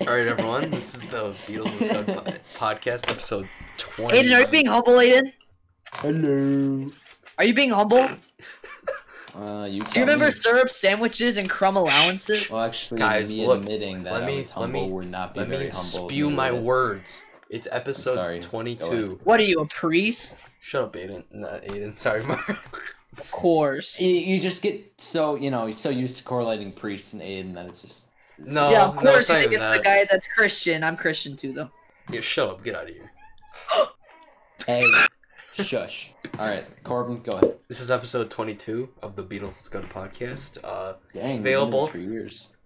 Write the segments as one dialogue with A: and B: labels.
A: All right, everyone. This is the Beatles with Scott po- podcast, episode twenty.
B: Aiden, are you being humble, Aiden?
C: Hello.
B: Are you being humble?
C: Uh, you
B: Do you remember syrup sandwiches and crumb allowances?
C: Well, actually,
A: Guys,
C: me
A: look,
C: admitting that
A: let me-
C: I was
A: let me-
C: humble would not be
A: Let
C: very
A: me
C: humble.
A: spew
C: me
A: my
C: admit.
A: words. It's episode
C: sorry. Go
A: twenty-two.
B: What are you, a priest?
A: Shut up, Aiden. Not Aiden. Sorry, Mark.
B: Of course.
C: You, you just get so you know so used to correlating priests and Aiden that it's just it's
A: No,
B: yeah, of
A: no,
B: course
A: it's not
B: you think
A: even
B: it's
A: that.
B: the guy that's Christian. I'm Christian too, though.
A: Yeah, shut up. Get out of here.
C: just- Hey, shush. All right, Corbin, go ahead.
A: This is episode twenty-two of the Beatles with Scott podcast. Uh,
C: Dang, we've been
A: Available.
C: doing this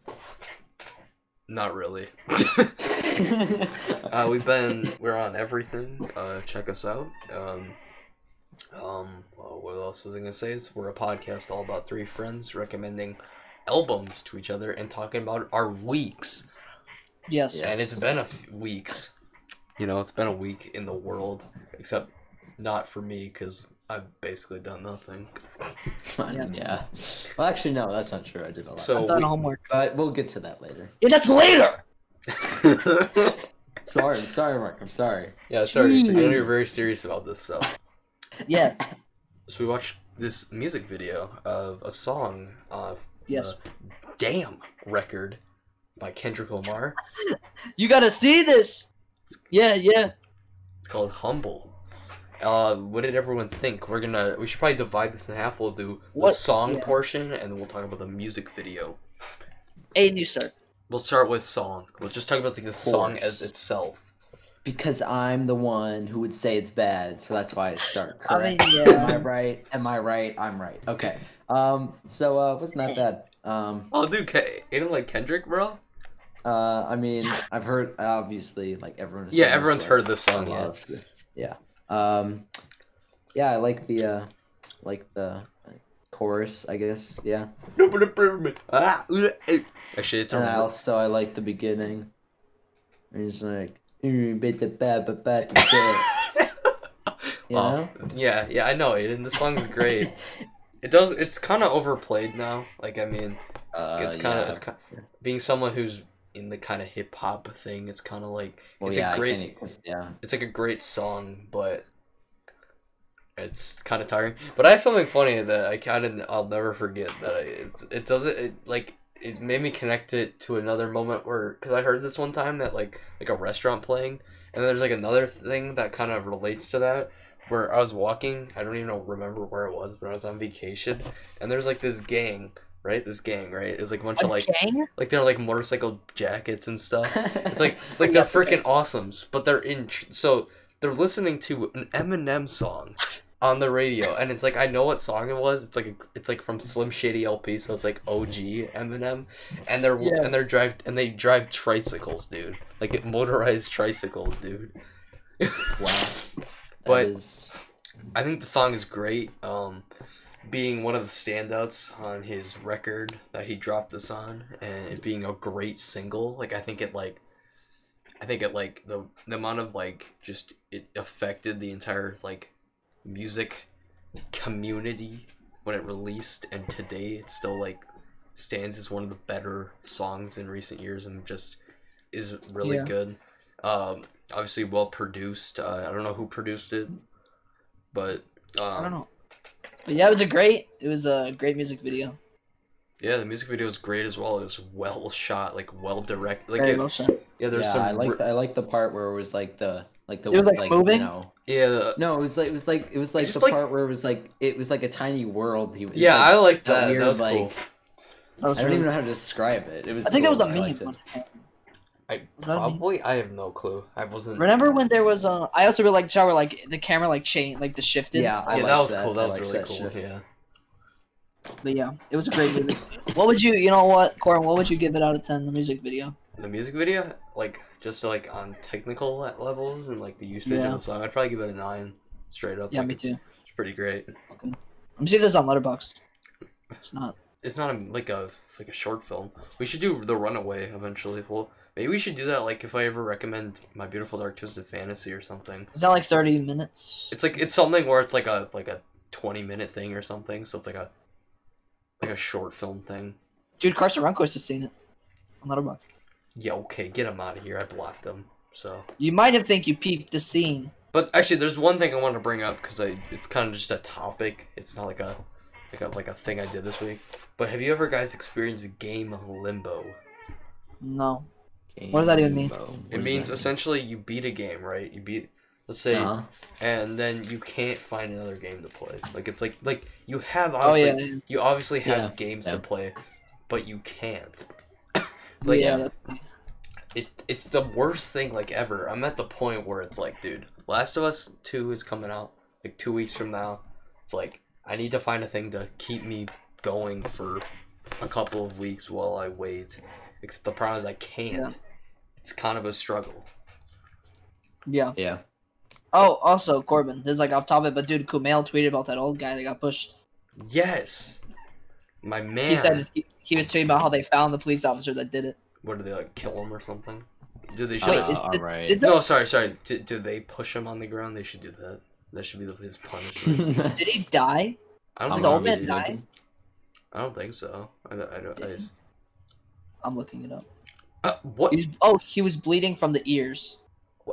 A: not really.
C: for years.
A: uh, we've been we're on everything. Uh, check us out. Um, um, well, what else was I gonna say? Is we're a podcast all about three friends recommending albums to each other and talking about our weeks.
B: Yes.
C: Yeah.
A: And it's been a few weeks. You know, it's been a week in the world, except not for me because I've basically done nothing.
C: yeah. Well, actually, no, that's not true. I did a lot.
A: So-
B: I've
A: Oh,
B: done
A: we-
B: homework.
C: but we'll get to that later.
B: Yeah, that's later!
C: Sorry, I'm sorry, Mark. I'm sorry.
A: yeah, sorry. I know
B: Jeez.
A: you're very serious about this stuff.
B: Yeah.
A: So we watched this music video of a song of
B: Yes.
A: uh, Damn record by Kendrick Lamar.
B: You gotta see this! Yeah, yeah.
A: It's called Humble. Uh, what did everyone think? We're gonna we should probably divide this in half. We'll do the
B: What-
A: song
B: yeah.
A: portion and then we'll talk about the music video.
B: Aiden, you start.
A: We'll start with song. We'll just talk about like, the song as
C: course.
A: itself.
C: Because I'm the one who would say it's bad, so that's why I start.
B: I mean,
C: Correct. Am I
B: yeah.
C: right? Am I right? I'm right. Okay. Um. So uh, it wasn't that bad. Um.
A: Oh, dude, Ke- you don't like Kendrick, bro?
C: Uh. I mean, I've heard obviously like everyone.
A: Yeah, everyone's heard this song. Yeah.
C: Love. Yeah. Um. Yeah, I like the uh, like the chorus. I guess. Yeah.
A: Ah, ooh, eh. Actually, it's a
C: and I also I like the beginning. It's like. "Mm, bit the bad, but bad, but bad," You
A: Oh,
C: know?
A: yeah, yeah, I know, Aiden. The song's great. it does. It's kind of overplayed now. Like, I mean,
C: Uh,
A: it's kind of
C: yeah.
A: it's kind being someone who's in the kind of hip hop thing. It's kind of like
C: Well,
A: it's
C: yeah,
A: a
C: I
A: great
C: can't- e-, 'cause- yeah.
A: it's like a great song, but it's kind of tiring. But I have something funny that I kind of I'll never forget that I, it's, it doesn't it like it made me connect it to another moment where because I heard this one time that like like a restaurant playing, and there's like another thing that kind of relates to that where I was walking. I don't even know, remember where it was, but I was on vacation, and there's like this gang. Right, this gang, right? It was like a bunch of like,
B: gang?
A: like they're like motorcycle jackets and stuff. It's like it's like
B: Yeah,
A: they're freaking awesomes, but they're in. tr- So they're listening to an Eminem song on the radio, and it's like I know what song it was. It's like it's like from Slim Shady LP, so it's like OG Eminem, and they're
B: Yeah.
A: and they're drive and they drive tricycles, dude. Like motorized tricycles, dude.
C: wow.
A: But-
C: That is-
A: I think the song is great. Um, being one of the standouts on his record that he dropped this on, and it being a great single, like I think it like, I think it like the the amount of like just it affected the entire like music community when it released, and today it still like stands as one of the better songs in recent years, and just is really
B: Yeah.
A: good. Um, obviously well produced. Uh, I don't know who produced it, but um,
B: I don't know. But yeah, it was a great, it was a great music video.
A: Yeah, the music video is great as well. It was well shot, like well directed. Like
B: Very
A: it-
B: well shot.
A: yeah, there's
C: yeah,
A: some.
C: I like
A: re-
C: the, I like the part where it was like the like the
B: It was, like, moving?
C: You know,
A: yeah, the,
C: no, it was like it was like it was like
A: just
C: the
A: like-
C: part where it was like it was like a tiny world. He was
A: yeah, I
C: like,
A: like
C: that
A: that.
C: weird,
A: that was cool.
C: like-
B: That was
C: I don't
B: really-
C: even know how to describe it. It was.
B: I think that was
C: cool,
B: a
C: I liked
B: meme.
C: it.
B: one.
A: I
B: that a meme?
A: probably I have no clue. I wasn't.
B: Remember when there was a? I also really liked how where, like the camera like chain like the shifted.
C: Yeah, I
A: yeah, that
C: liked
A: was cool.
C: I
A: That was
C: liked
A: really
C: that
A: cool.
C: shit.
A: Yeah.
B: But yeah, it was a great movie. what would you? You know what, Corin? What would you give it out of ten? The music video.
A: The music video, like just like on technical le- levels and like the usage
B: Yeah.
A: of the song, I'd probably give it a nine straight up.
B: Yeah,
A: like,
B: me
A: it's-
B: too.
A: It's pretty great.
B: Let me see if this is on Letterboxd. It's not.
A: It's not a, like a like a short film. We should do the Runaway eventually. Well, maybe we should do that. Like if I ever recommend My Beautiful Dark Twisted Fantasy or something.
B: Is that like thirty minutes?
A: It's like it's something where it's like a like a twenty minute thing or something. So it's like a like a short film thing.
B: Dude, Carson Runquist has seen it on Letterboxd.
A: yeah, okay, get him out of here. I blocked him. So,
B: You might have think you peeped the scene.
A: but actually, there's one thing I want to bring up because I it's kind of just a topic. It's not like a like a like a thing I did this week. But have you ever guys experienced a game of limbo?
B: No. What does that even mean?
A: It means essentially you beat a game, right? You beat, let's say,
C: Uh-huh.
A: and then you can't find another game to play. Like it's like like you have
B: Oh
A: obviously
B: yeah. yeah.
A: you obviously have
C: Yeah,
A: games
C: yeah.
A: to play, but you can't. Like,
B: yeah. That's,
A: It it's the worst thing like ever. I'm at the point where it's like, dude, Last of Us Two is coming out like two weeks from now. It's like I need to find a thing to keep me going for a couple of weeks while I wait. Except the problem is I can't.
B: Yeah.
A: It's kind of a struggle.
B: yeah.
C: Yeah.
B: Oh, also Corbin. This is like off topic, but dude, Kumail tweeted about that old guy that got pushed.
A: Yes, my man.
B: He said he, he was tweeting about how they found the police officer that did it.
A: What do they like? Kill him or something? Do they should?
B: Wait,
C: Uh,
B: it-
C: all right.
B: did-
A: no, sorry, sorry. Do, do they push him on the ground? They should do that. That should be the, his punishment.
B: Did he die?
A: I don't
C: I'm
A: think.
B: The
C: not
B: old man
C: really
B: died?
C: looking.
A: I don't think so. I, don't- I don't. I,
B: Did he?
A: just-
B: I'm looking it up.
A: uh, what?
B: He was, oh, he was bleeding from the ears.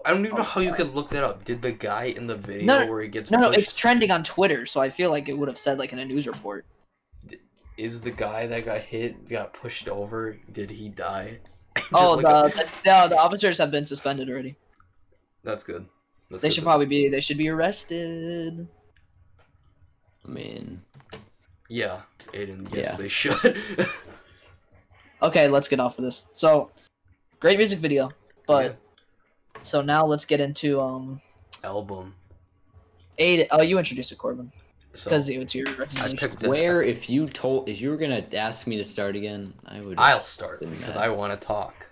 A: I don't even know how you
B: Oh, God.
A: could look that up. Did the guy in the video
B: No, no,
A: where he gets
B: No, no,
A: pushed
B: it's trending on Twitter, so I feel like it would have said like in a news report.
A: is the guy that got hit got pushed over? Did he die? Just
B: Oh,
A: look
B: the,
A: up-
B: the no, the officers have been suspended already.
A: that's good. That's
B: They
A: good
B: should
A: to-
B: probably be they should be arrested.
C: I mean,
A: Yeah, Aiden. Yes,
C: Yeah.
A: they should.
B: Okay, let's get off of this. So, great music video, but so now let's get into um
A: album.
B: Aiden. Oh, you introduced it, Corbin,
A: So
B: because it's your
A: I
B: recommendation.
A: picked the-
C: where if you told if you were gonna ask me to start again, I would.
A: I'll start
C: Didn't
A: because I
C: matter.
A: want to talk.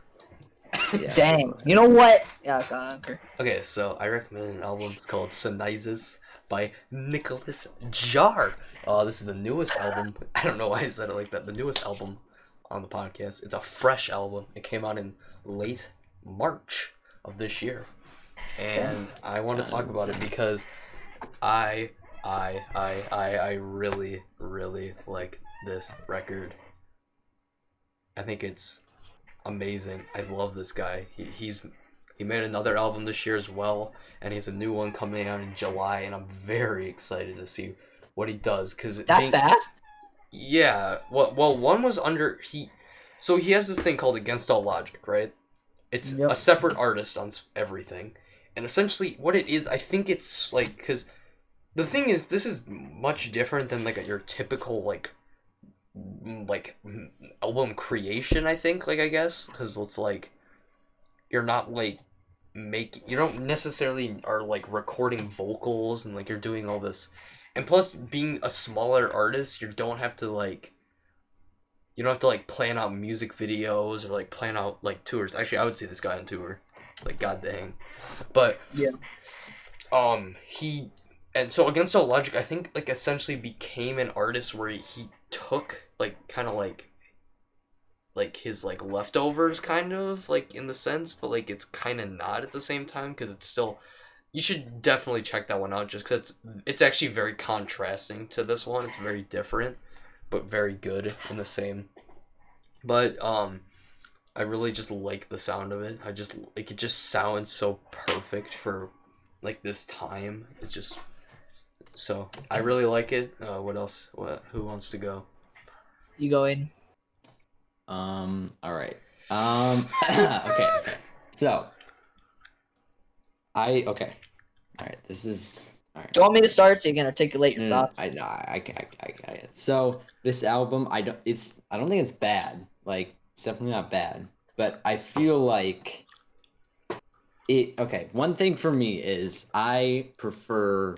C: yeah.
B: Dang, you know what? Yeah, conquer.
A: Okay, so I recommend an album called Synthesis by Nicholas Jar. Uh, this is the newest album. I don't know why I said it like that. The newest album on the podcast. It's a fresh album. It came out in late March of this year, and I want to talk about it because I, I, I, I, I really, really like this record. I think it's amazing. I love this guy. He, he's he made another album this year as well, and he has a new one coming out in July, and I'm very excited to see what he does because
B: That fast?
A: yeah. Well, well, one was under he, so he has this thing called Against All Logic, right? It's a
B: Yep.
A: separate artist on s- everything, and essentially what it is, I think it's like because the thing is, this is much different than like your typical like m- like m- album creation. I think, like I guess, because it's like you're not like make you don't necessarily are like recording vocals and like you're doing all this and plus being a smaller artist you don't have to like you don't have to like plan out music videos or like plan out like tours actually i would see this guy on tour like god dang but
B: Yeah.
A: um he and so against all logic i think like essentially became an artist where he took like kind of like like his like leftovers kind of like in the sense but like it's kind of not at the same time because it's still you should definitely check that one out just because it's it's actually very contrasting to this one it's very different but very good and the same but um i really just like the sound of it i just like it just sounds so perfect for like this time it's just so i really like it uh what else what who wants to go
B: You go in?
C: Um. All right. Um. okay. Okay. So. I okay. All right. This is. All right.
B: Do you want me to start so you can articulate your
C: No, no, no,
B: thoughts?
C: Mm, I, no, I, I, ca- I, ca- I got it. So this album, I don't. It's. I don't think it's bad. Like, it's definitely not bad. But I feel like. It okay. One thing for me is I prefer.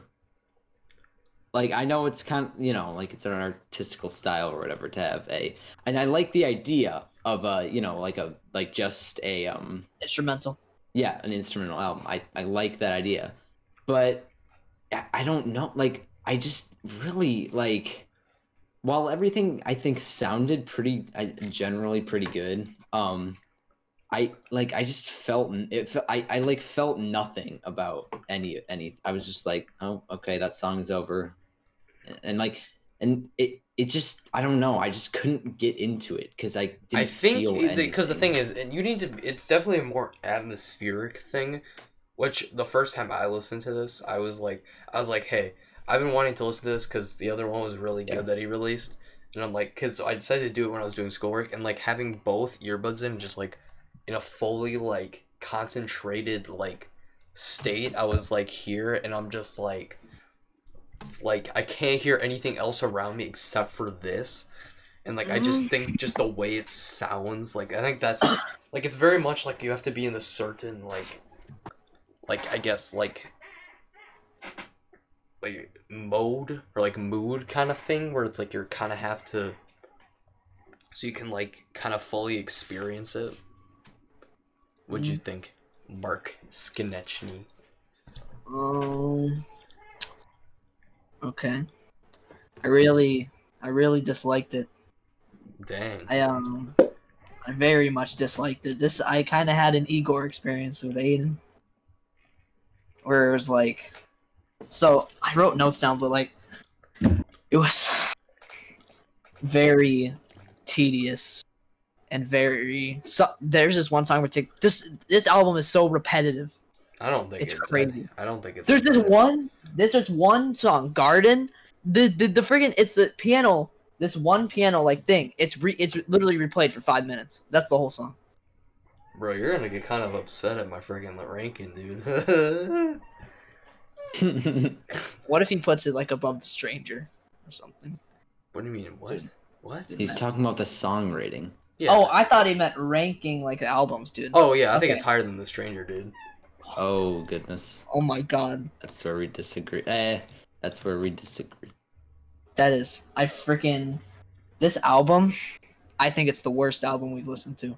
C: Like I know it's kind of you know like it's an artistical style or whatever to have a and I like the idea of a you know like a like just a um
B: Instrumental.
C: yeah an instrumental album i i like that idea but I- i don't know like i just really like while everything i think sounded pretty I, generally pretty good um i like i just felt n- it fe- I, I like felt nothing about any any i was just like oh okay that song's over and, like and it it just I don't know. I just couldn't get into it because I didn't
A: I
C: feel
A: think because the
C: anything.
A: thing is, and you need to. It's definitely a more atmospheric thing. Which the first time I listened to this, I was like, I was like, hey, I've been wanting to listen to this because the other one was really
C: Yeah.
A: good that he released, and I'm like, because I decided to do it when I was doing schoolwork, and like having both earbuds in, just like in a fully like concentrated like state, I was like here, and I'm just like, it's like I can't hear anything else around me except for this and like I just think just the way it sounds, like I think that's like it's very much like you have to be in a certain like, like I guess like, like mode or like mood kind of thing where it's like you're kind of have to, so you can like kind of fully experience it. What'd
B: Mm-hmm.
A: you think, Mark Skinechny?
B: Um. Okay. I really, I really disliked it.
A: Dang.
B: I um, I very much disliked it. This I kind of had an Igor experience with Aiden, where it was like, so I wrote notes down, but like, it was very tedious and very. So, there's this one song where take this this album is so repetitive.
A: I don't think
B: it's
A: it's,
B: crazy.
A: I, don't think it's.
B: There's this
A: like that.
B: one. There's this one song, Garden. The the the friggin' it's the piano. This one piano like thing. It's re it's literally replayed for five minutes. That's the whole song.
A: Bro, you're gonna get kind of upset at my freaking ranking, dude.
B: What if he puts it like above the stranger or something?
A: What do you mean? What?
C: Dude.
A: What?
C: He's talking about the song rating.
A: Yeah.
B: Oh, I thought he meant ranking like the albums, dude. Oh,
A: oh yeah. I think
B: okay.
A: it's higher than the stranger, dude.
C: Oh goodness,
B: my god,
C: that's where we disagree. Eh, that's where we disagree.
B: that is I freaking this album. I think it's the worst album we've listened to.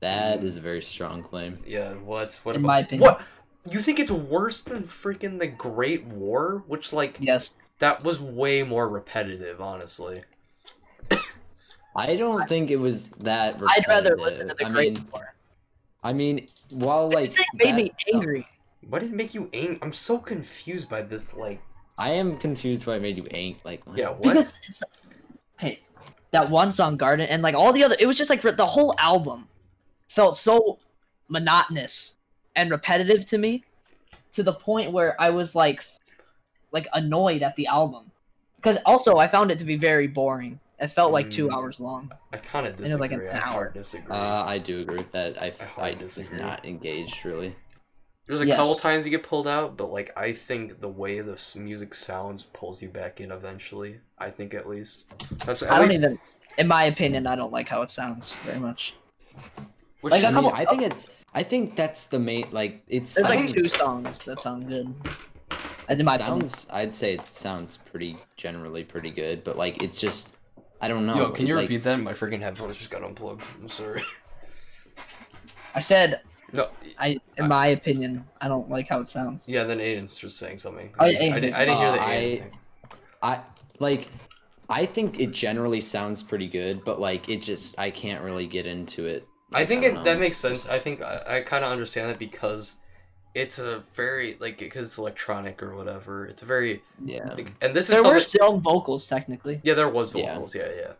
C: That is a very strong claim.
A: Yeah. What? What
B: In
A: about?
B: my opinion.
A: What? You think it's worse than freaking the Great War, which like
B: Yes,
A: that was way more repetitive, honestly.
C: I don't think it was that.
B: I'd rather
C: repetitive.
B: listen to the
C: I
B: Great
C: mean,
B: War.
C: I mean, while like
B: This thing made me
C: that song-
B: angry.
A: Why did it make you ang? I'm so confused by this. Like,
C: I am confused why it made you angry. Like, what?
A: yeah. What?
B: Because it's hey, that one song Garden and like all the other it was just like re- the whole album felt so monotonous and repetitive to me to the point where I was like f- like annoyed at the album. Cuz also I found it to be very boring. It felt like 2
A: Mm.
B: hours long.
A: I kind of
B: was
A: disagree.
B: like an
A: I hard
B: hour.
A: disagree.
C: Uh, I do agree with that. I,
A: hard
C: I, was
A: disagree.
C: not engaged really.
A: There's a
B: yes.
A: couple times you get pulled out, but like I think the way the s- music sounds pulls you back in eventually. I think at least. That's at
B: I don't
A: least.
B: even in my opinion I don't like how it sounds very much.
A: which
B: like,
A: is-
B: a
C: I, mean,
B: couple-
C: I think it's. I think that's the main. Like, it's.
B: There's like
A: Sounds-
B: two songs that sound good. In my opinion.
C: sounds. I'd say it sounds pretty generally pretty good, but like it's just. I don't know.
A: Yo, can
C: it,
A: you
C: like,
A: repeat that? My freaking headphones just got unplugged. I'm sorry.
B: I said
A: No,
B: I in my opinion I don't like how it sounds.
A: yeah, then Aiden's just saying something.
B: Oh,
A: I,
B: yeah,
A: I,
B: Aiden's
A: didn't, I
B: saying
A: didn't hear the
C: something.
A: Aiden
C: Uh,
A: thing.
C: I like. I think it generally sounds pretty good, but like it just. I can't really get into it.
A: I think
C: I
A: it,
C: don't
A: that
C: know.
A: makes sense. I think I, I kind of understand that because it's a very like because it's electronic or whatever. It's a very
C: Yeah.
A: like, and this is
B: There were
A: something-
B: still vocals technically.
A: yeah there was
C: Yeah.
A: vocals yeah yeah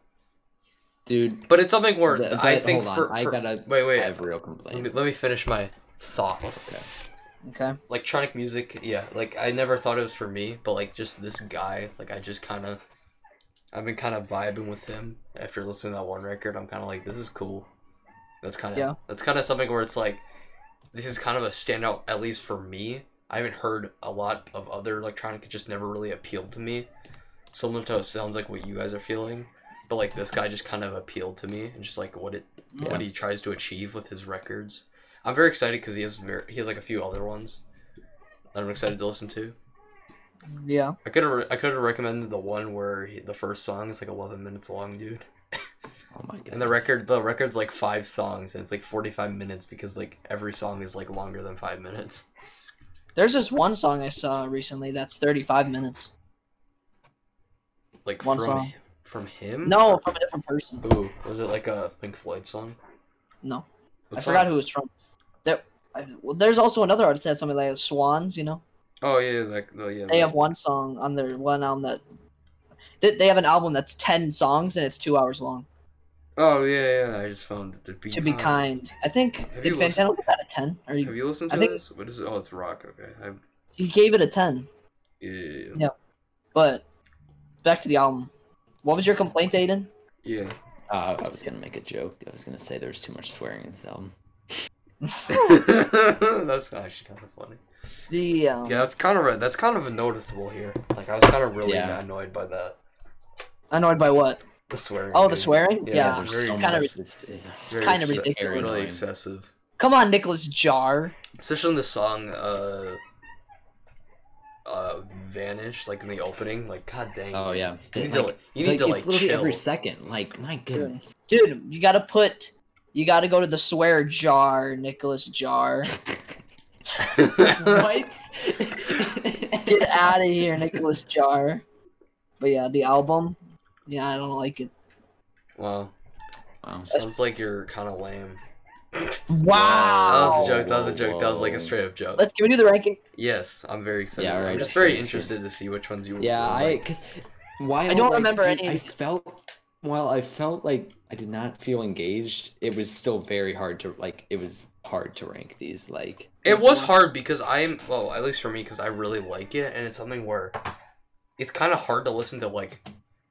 C: Dude.
A: but it's something where
C: Th-
A: I
C: but
A: think
C: hold on,
A: for,
C: I
A: for-
C: gotta-
A: wait
C: I
A: wait
C: have a real
A: let, me,
C: complaint.
A: let me finish my thought.
C: Okay.
B: Okay.
A: electronic music yeah like i never thought it was for me but like just this guy like i just kind of i've been kind of vibing with him after listening to that one record i'm kind of like this is cool that's kind of
B: Yeah.
A: that's kind of something where it's like this is kind of a standout at least for me i haven't heard a lot of other electronic it just never really appealed to me similar to it sounds like what you guys are feeling but like this guy just kind of appealed to me and just like what it
C: Yeah.
A: what he tries to achieve with his records i'm very excited because he has very he has like a few other ones that i'm excited to listen to
B: Yeah.
A: i could have i could have recommended the one where he, the first song is like 11 minutes long dude
C: Oh my god.
A: and the record the record's like five songs and it's like 45 minutes because like every song is like longer than five minutes
B: There's this one song I saw recently that's 35 minutes.
A: like
B: One
A: from
B: song.
A: from him
B: No, from a different person.
A: Ooh, was it like a Pink Floyd song?
B: No.
A: What
B: I forgot
A: song?
B: who it's from. There, I, well, there's also another artist that had something like Swans, you know?
A: Oh yeah, like oh yeah.
B: They
A: that-
B: have one song on their one album that They, they have an album that's ten songs and it's two hours long.
A: Oh yeah, yeah. I just found it to be
B: To be kind, I think
A: Have
B: did
A: you listened-
B: Fantano give that a ten? Or
A: Have
B: he,
A: you listened
B: I
A: to
B: think-
A: this? What is it? Oh, it's rock. Okay. I,
B: he gave it a ten.
A: yeah,
B: Yeah. But back to the album. What was your complaint, Aiden?
A: yeah.
C: Uh, I was gonna make a joke. I was gonna say there's too much swearing in this album.
A: that's actually kind of funny.
B: The um,
A: Yeah, that's kind of that's kind of noticeable here. Like I was kind of really
C: Yeah.
A: annoyed by the
B: annoyed by what?
A: the swearing.
B: Oh, the
A: dude.
B: swearing? Yeah,
A: it's
C: there's
A: very
C: so
B: it's kinda
A: excessive.
C: much- uh, it's-
B: It's
A: Very
B: kind of
A: exce-
B: ridiculous.
A: Really
C: Annoying.
A: excessive,
B: Come on, Nicholas Jar.
A: especially in the song uh uh "Vanish," like in the opening. Like, god dang.
C: Oh yeah.
A: You need
C: Like-
A: to like, you need
C: like,
A: to
C: it's
A: like
C: literally
A: chill.
C: every second. Like my goodness.
B: Dude, you gotta put. You gotta go to the swear jar, Nicholas Jar. Get
C: what?
B: out of here, Nicholas Jar. But yeah, the album. Yeah, I don't like it.
A: wow,
C: wow.
A: sounds like you're kind of lame. That
B: Wow.
A: was a joke. That was a
C: Whoa,
A: joke. That was like a
C: whoa.
A: straight up joke.
B: Oh. Let's can we do the ranking?
A: Yes, I'm very excited.
C: Yeah,
A: I'm
C: right,
A: just
C: sure,
A: very
C: sure.
A: interested to see which ones you.
C: Yeah,
A: will
C: I
A: like.
C: because why
B: don't remember
C: I,
B: any of
C: I
B: these.
C: felt while I felt like I did not feel engaged. It was still very hard to like. It was hard to rank these. Like
A: It
B: That's
A: was
B: why-
A: hard because I'm well, at least for me, because I really like it, and it's something where it's kind of hard to listen to like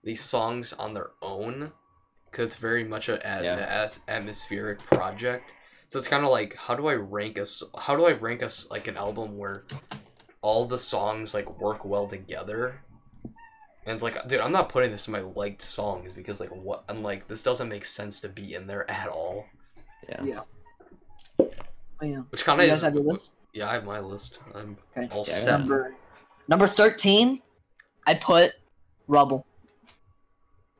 A: these songs on their own because it's very much a, at-
C: Yeah.
A: an as- atmospheric project. So it's kind of like how do I rank us? How do I rank us like an album where all the songs like work well together? And it's like, dude, I'm not putting this in my liked songs because like what? I'm like, this doesn't make sense to be in there at all.
C: yeah.
B: Yeah. Oh, yeah.
A: Which kind
B: Do
A: of
B: you
A: is
B: guys have your list?
A: yeah, I have my list. I'm
B: Okay.
A: all
C: Yeah, I got
A: set.
C: mine.
B: Number number thirteen. I put Rubble.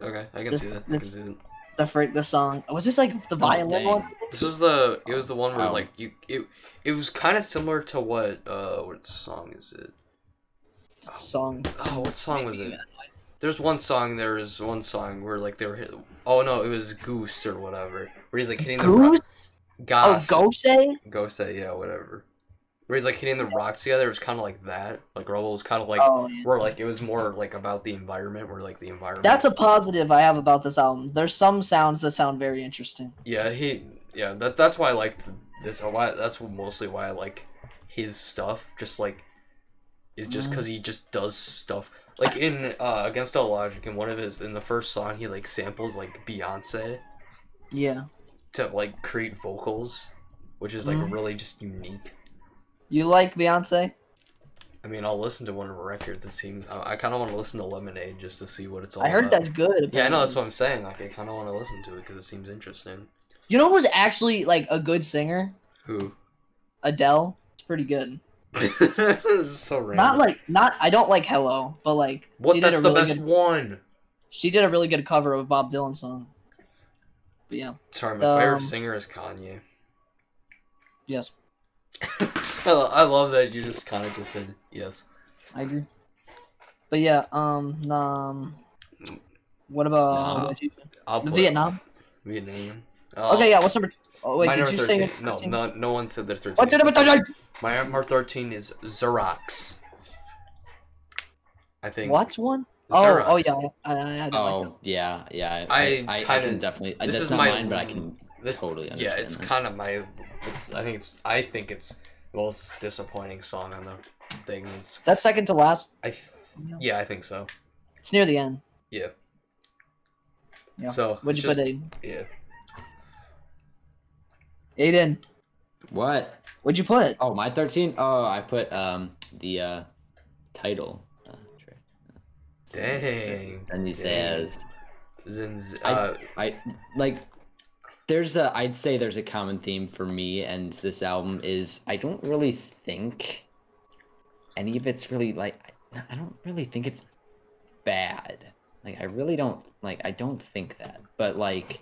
A: Okay, I can
B: This-
A: see that.
B: this-
A: I can see that.
B: The fr- the song was this like the
A: Oh,
B: violin
C: dang.
B: one?
A: This was the it was the one where
C: Wow.
A: like you it it was kind of similar to what uh what song is it?
B: That song.
A: Oh, what song was
B: Maybe
A: it? There's one song. There was one song where like they were hit. Oh no, it was Goose or whatever. Where he's like hitting the Ah, rock.
B: Goose? Oh, Gose?
A: Ghost. Yeah, whatever. Where he's like hitting the rocks together. It was kind of like that. Like Rubble was kind of like
B: oh, yeah.
A: where like it was more like about the environment. Where like the environment.
B: That's a positive I have about this album. There's some sounds that sound very interesting.
A: Yeah, he. Yeah, that that's why I liked this. Why that's mostly why I like his stuff. Just like, is
B: Mm.
A: just because he just does stuff. Like in uh, Against All Logic, in one of his in the first song, he like samples like Beyonce
B: Yeah.
A: to like create vocals, which is like
B: Mhm.
A: really just unique.
B: You like Beyonce?
A: I mean, I'll listen to one of her records. It seems uh, I, I kind of want to listen to Lemonade just to see what it's all.
B: I heard
A: about.
B: that's good.
A: Yeah, I know that's
B: apparently.
A: what I'm saying. Like, I kind of want to listen to it because it seems interesting.
B: You know who's actually like a good singer?
A: Who?
B: Adele. It's pretty good.
A: this is so random.
B: Not like not I don't like Hello, but like she
A: what?
B: did
A: That's
B: a
A: the
B: really
A: best
B: good
A: one.
B: she did a really good cover of a Bob Dylan song. But yeah.
A: Sorry, my favorite
B: Um,
A: singer is Kanye.
B: Yes.
A: I lo- I love that you just kind of just said yes.
B: I agree. But yeah, um um what
C: Nah.
B: about what you-
A: I'll
B: the
A: put
B: Vietnam?
A: Vietnam.
B: Okay, yeah, what's number Oh wait,
A: my
B: did
A: number
B: you
A: 13
B: say
A: no?
B: 13?
A: No, no one said their thirteen.
B: What's your number 13?
A: My number thirteen is Xerox. I think.
B: What's one? Oh,
A: Xerox.
B: oh yeah, I, I, I don't like
C: Oh
B: that.
C: yeah, yeah.
A: I
C: I, I,
A: kinda-
C: can definitely. I,
A: this
C: that's
A: is
C: not
A: my-
C: mine, but I can.
A: This,
C: Totally
A: Yeah,
C: understand
A: it's
C: that.
A: kind of my. It's, I think it's. I think it's the most disappointing song on the thing. It's,
B: Is that second to last?
A: I. Th- yeah, I think so.
B: It's near the end.
A: Yeah.
B: Yeah.
A: So
B: Would
A: it's
B: you put
A: just-
B: Aiden?
A: Yeah.
B: Aiden,
C: What?
B: what'd you put?
C: Oh, my thirteen. Oh, I put um the uh title. Uh, tra- uh, so-
A: Dang,
C: And he
A: dang.
C: says.
A: Zinz,
C: I-
A: uh,
C: I like there's a I'd say there's a common theme for me and this album is I don't really think any of it's really like I- I don't really think it's bad. Like I really don't like I don't think that. But like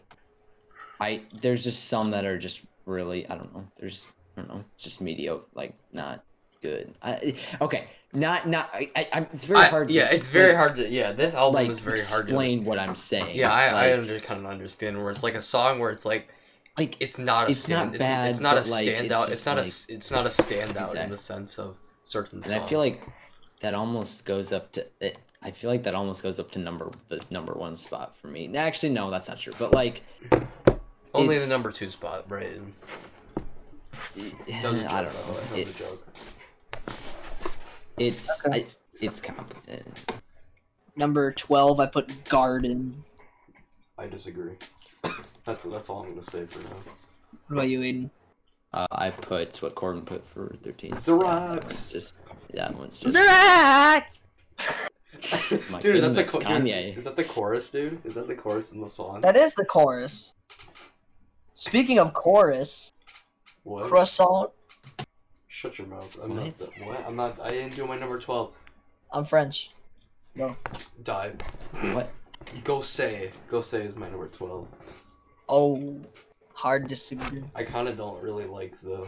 C: I there's just some that are just really I don't know. There's I don't know. It's just mediocre like not good. I, okay, not not I, I I'm- it's very
A: I-
C: hard
A: yeah,
C: to
A: it's very
C: like-
A: hard to. Yeah, this album
C: like
A: is very hard to
C: explain what I'm saying.
A: Yeah, I, I
C: Like-
A: under, kind of understand where it's like a song where it's like
C: like
A: it's not a
C: It's not
A: stand, it's,
C: bad,
A: it's not a
C: but, like, it's
A: standout. It's,
C: just,
A: not a
C: like-
A: s- it's not a standout in
C: Exact-
A: the sense of certain.
C: And I feel like that almost goes up to it. I feel like that almost goes up to number the number one spot for me. Actually, no, that's not true. But like,
A: Only
C: It's-
A: the number two spot, right? That was a joke,
C: eh, I don't
A: by the
C: know.
A: way. That was
C: It,
A: a joke.
C: it's
B: Okay.
C: I, it's eh, competent.
B: Number twelve, I put garden.
A: I disagree. That's that's all I'm gonna say for now.
B: What about you, Aiden?
C: Uh, I put what Corbin put for thirteen. Yeah,
A: Xerox.
C: that one's just that one's just.
B: Zeract.
C: My
A: dude, is that the
C: goodness,
A: cho- dude,
C: Kanye.
A: is that the chorus, dude? Is that the chorus in the song?
B: That is the chorus. Speaking of chorus,
A: What?
B: croissant.
A: Shut your mouth. I'm
C: What?
A: not. the- What? I'm not. I didn't do my number twelve.
B: I'm French.
A: Die.
C: What?
A: Go say. Go say is my number twelve.
B: Oh, hard disagree.
A: I kind of don't really like the.